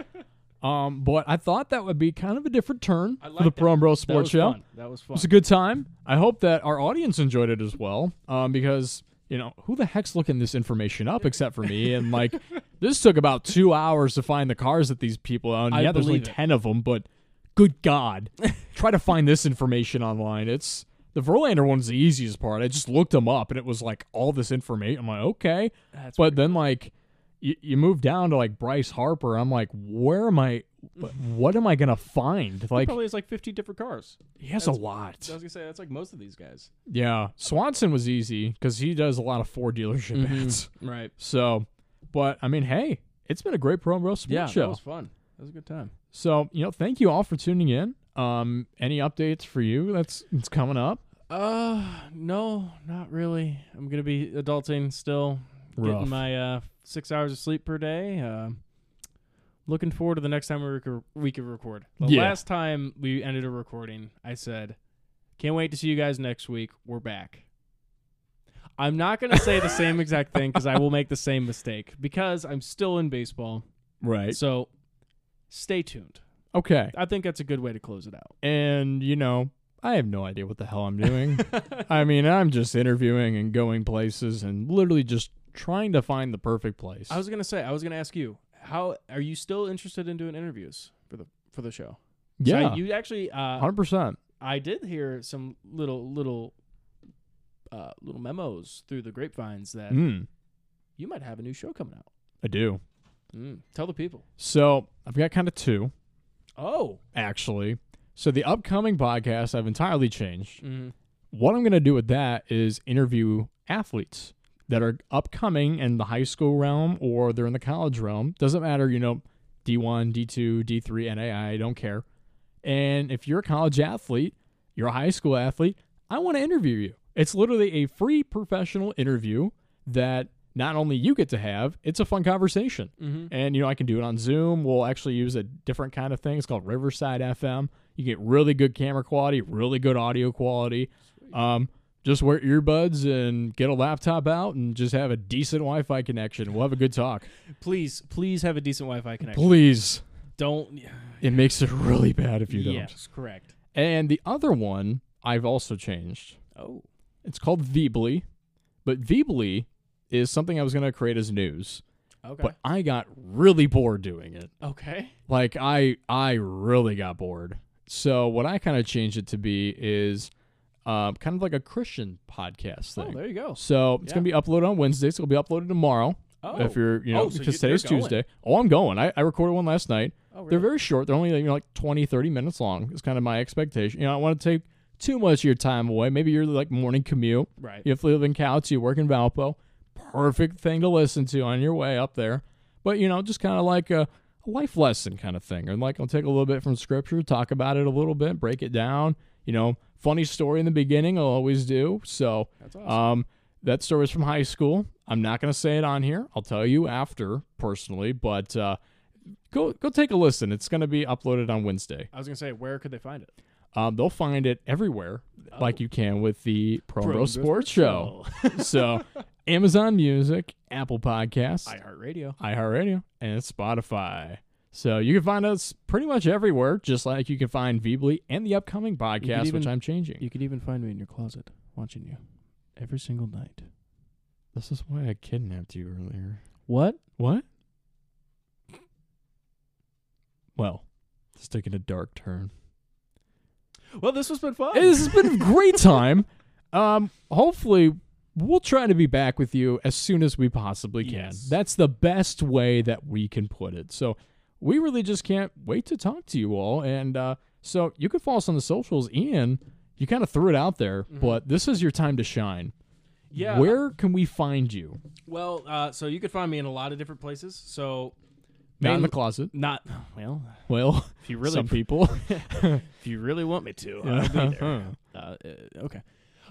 A: Um, but I thought that would be kind of a different turn
C: I
A: for the
C: like
A: Pro and Bro
C: That
A: Sports
C: was
A: Show.
C: fun. That was
A: It
C: fun.
A: was a good time. I hope that our audience enjoyed it as well, um, because you know who the heck's looking this information up except for me? And like, <laughs> this took about two hours to find the cars that these people own.
C: I
A: yeah, there's only
C: believe it.
A: ten of them, but good God, <laughs> try to find this information online. It's the Verlander one's the easiest part. I just looked them up, and it was like all this information. I'm like, okay,
C: That's
A: but then like. You, you move down to like Bryce Harper. I'm like, where am I? wh- What am I gonna find? Like,
C: probably has like 50 different cars.
A: he has a lot.
C: I was gonna say that's like most of these guys.
A: Yeah, Swanson was easy because he does a lot of Ford dealership
C: Mm-hmm.
A: ads.
C: Right.
A: So, but I mean, hey, it's been a great Pro and Bro Sports
C: Yeah.
A: Show.
C: That was fun. That was a good time.
A: so you know, thank you all for tuning in. Um, any updates for you? That's it's coming up.
C: Uh, no, not really. I'm gonna be adulting still,
A: Rough.
C: getting my uh six hours of sleep per day. Uh, looking forward to the next time we rec- we could record. The
A: Yeah.
C: last time we ended a recording, I said, "Can't wait to see you guys next week. We're back." I'm not gonna say the same exact thing because I will make the same mistake because I'm still in baseball.
A: Right.
C: So, stay tuned.
A: Okay.
C: I think that's a good way to close it
A: <laughs>
C: out.
A: And you know, I have no idea what the hell I'm
C: <laughs>
A: doing. I mean, I'm just interviewing and going places and literally just trying to find the perfect place.
C: I was gonna say, I was gonna ask you, how are you still interested in doing interviews for the for the show? So
A: yeah,
C: you actually, uh,
A: hundred percent.
C: I did hear some little little uh, little memos through the grapevines that
A: Mm,
C: you might have a new show coming out.
A: I do.
C: Mm. Tell the people.
A: So I've got kind of two.
C: Oh,
A: actually. So the upcoming podcast I've entirely changed.
C: mm.
A: What I'm going to do with that is interview athletes that are upcoming in the high school realm or they're in the college realm. Doesn't matter, you know, D1, D2, D3, NAI, I don't care. And if you're a college athlete, you're a high school athlete, I want to interview you. It's literally a free professional interview that not only you get to have, it's a fun conversation.
C: mm-hmm.
A: And you know, I can do it on Zoom. We'll actually use a different kind of thing. It's called Riverside FM. You get really good camera quality, really good audio quality. Um, just wear earbuds and get a laptop out and just have a decent Wi-Fi connection. We'll have a good talk.
C: please, please have a decent Wi-Fi connection.
A: Please,
C: Don't.
A: it makes it really bad if you don't.
C: yes, correct.
A: And the other one I've also changed.
C: Oh,
A: It's called Veebly, but Veebly is something I was going to create as news,
C: okay,
A: but I got really bored doing it.
C: okay.
A: like i i really got bored so what i kind of changed it to be is um, kind of like a christian podcast
C: Oh,
A: thing
C: there you go.
A: so it's
C: Yeah.
A: gonna be uploaded on wednesdays it'll be uploaded tomorrow
C: Oh,
A: if you're you know
C: Oh, so
A: because
C: you- you're
A: today's
C: going.
A: tuesday oh i'm going I, I recorded one last night
C: oh,
A: they're
C: really?
A: very short they're only you know, like 20 30 minutes long is kind of my expectation you know i want to take too much of your time away maybe you're like morning commute
C: right.
A: if you live in Couts, you work in Valpo, perfect thing to listen to on your way up there. But you know, just kind of like a, a life lesson kind of thing, and like I'll take a little bit from scripture, talk about it a little bit, break it down. You know, funny story in the beginning, I'll always do. So,
C: That's awesome.
A: um, that story was from high school. I'm not gonna say it on here. I'll tell you after personally, but uh, go go take a listen. It's gonna be uploaded on Wednesday.
C: I was gonna say, where could they find it?
A: Um, they'll find it everywhere, like you can with the Pro,
C: Pro
A: Bro
C: Bro
A: Sports,
C: Oh. Sports
A: Show
C: <laughs>
A: so Amazon Music, Apple Podcasts,
C: iHeartRadio.
A: iHeartRadio, and Spotify. So you can find us pretty much everywhere, just like you can find Veebly and the upcoming podcast, which
C: even-
A: I'm changing.
C: You could even find me in your closet watching you every single night.
A: this is why I kidnapped you earlier.
C: What?
A: What? Well, it's taking a dark turn.
C: Well, this has been fun.
A: Hey, this has been a great time. Um, hopefully, we'll try to be back with you as soon as we possibly can.
C: Yes.
A: That's the best way that we can put it. So we really just can't wait to talk to you all. And uh, so you can follow us on the socials. Ian, you kind of threw it out there, but this is your time to shine.
C: Mm-hmm. yeah.
A: Where can we find you?
C: Well, uh, so you could find me in a lot of different places. So
A: Not in
C: Main-
A: the closet.
C: not <laughs> well.
A: Well, <laughs>
C: If <laughs> you really,
A: some people.
C: if you really want me to, I'll be there. Uh, uh, okay.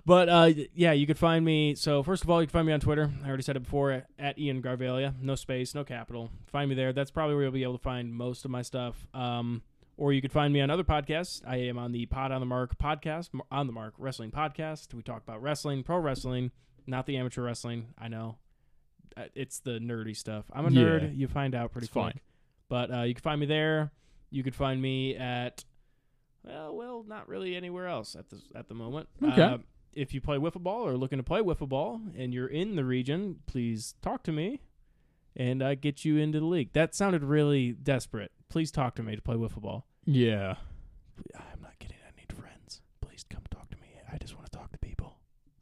C: But uh, yeah, you could find me. So first of all, you can find me on Twitter. I already said it before at Ian Garvalia. No space, no capital. Find me there. That's probably where you'll be able to find most of my stuff. Um, or you could find me on other podcasts. I am on the Pod on the Mark podcast, Mar- on the Mark Wrestling podcast. We talk about wrestling, pro wrestling, not the amateur wrestling. I know Uh, it's the nerdy stuff. I'm a
A: Yeah.
C: nerd. You find out pretty
A: It's fine.
C: quick. But uh, you can find me there. You could find me at well, well, not really anywhere else at this at the moment.
A: Okay.
C: Uh, if you play wiffle ball or looking to play wiffle ball and you're in the region, please talk to me, and I get you into the league. That sounded really desperate. Please talk to me to play wiffle ball.
A: <laughs> Yeah.
C: I'm not getting any friends. Please come talk to me. I just want to talk to people.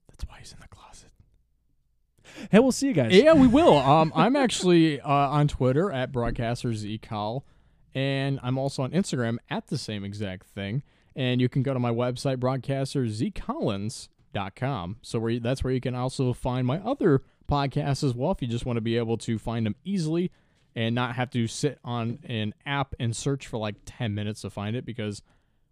C: That's why he's in the closet. Hey, we'll see you guys.
A: Yeah, we will. Um, I'm actually uh, on Twitter at broadcastersecol, and I'm also on Instagram at the same exact thing. And you can go to my website, broadcasterzcollins.com. So where you, that's where you can also find my other podcasts as well if you just want to be able to find them easily and not have to sit on an app and search for like 10 minutes to find it because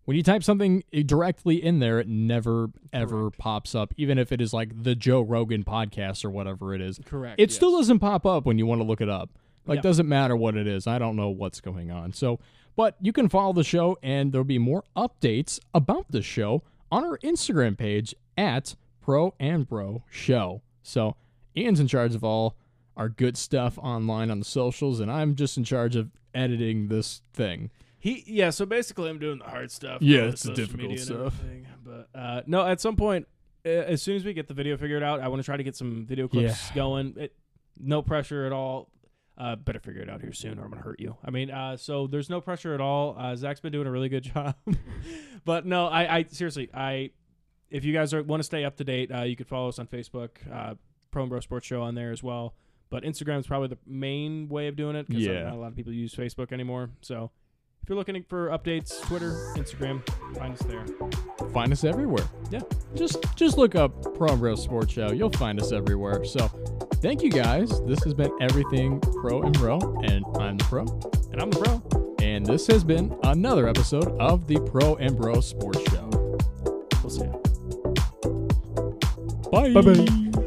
A: when you type something eh, directly in there, it never ever pops up, even if it is like the Joe Rogan podcast or whatever it is.
C: Correct.
A: It
C: yes.
A: still doesn't pop up when you want to look it up. Like
C: Yeah.
A: doesn't matter what it is. I don't know what's going on. So, but you can follow the show and there'll be more updates about the show on our Instagram page at Pro and Bro Show. So, Ian's in charge of all our good stuff online on the socials and I'm just in charge of editing this thing.
C: He yeah, so basically I'm doing the hard stuff.
A: Yeah,
C: all
A: it's the
C: social
A: difficult
C: media and
A: stuff.
C: everything, But uh, no, at some point, uh, as soon as we get the video figured out, I want to try to get some video clips going. It, no pressure at all. Uh, better figure it out here soon, or I'm gonna hurt you. I mean, uh, so there's no pressure at all. Uh, Zach's been doing a really good <laughs> job, but no, I, I seriously, I if you guys are, want to stay up to date, uh, you could follow us on Facebook, uh, Pro and Bro Sports Show on there as well. But Instagram is probably the main way of doing it because
A: Yeah.
C: not a lot of people use Facebook anymore. So if you're looking for updates, Twitter, Instagram, find us there.
A: Find us everywhere.
C: Yeah.
A: Just just look up Pro and Bro Sports Show. You'll find us everywhere. So, thank you guys. This has been everything Pro and Bro and I'm the Pro.
C: And I'm the bro.
A: And this has been another episode of the Pro and Bro Sports Show.
C: We'll see you.
A: Bye.
C: Bye-bye.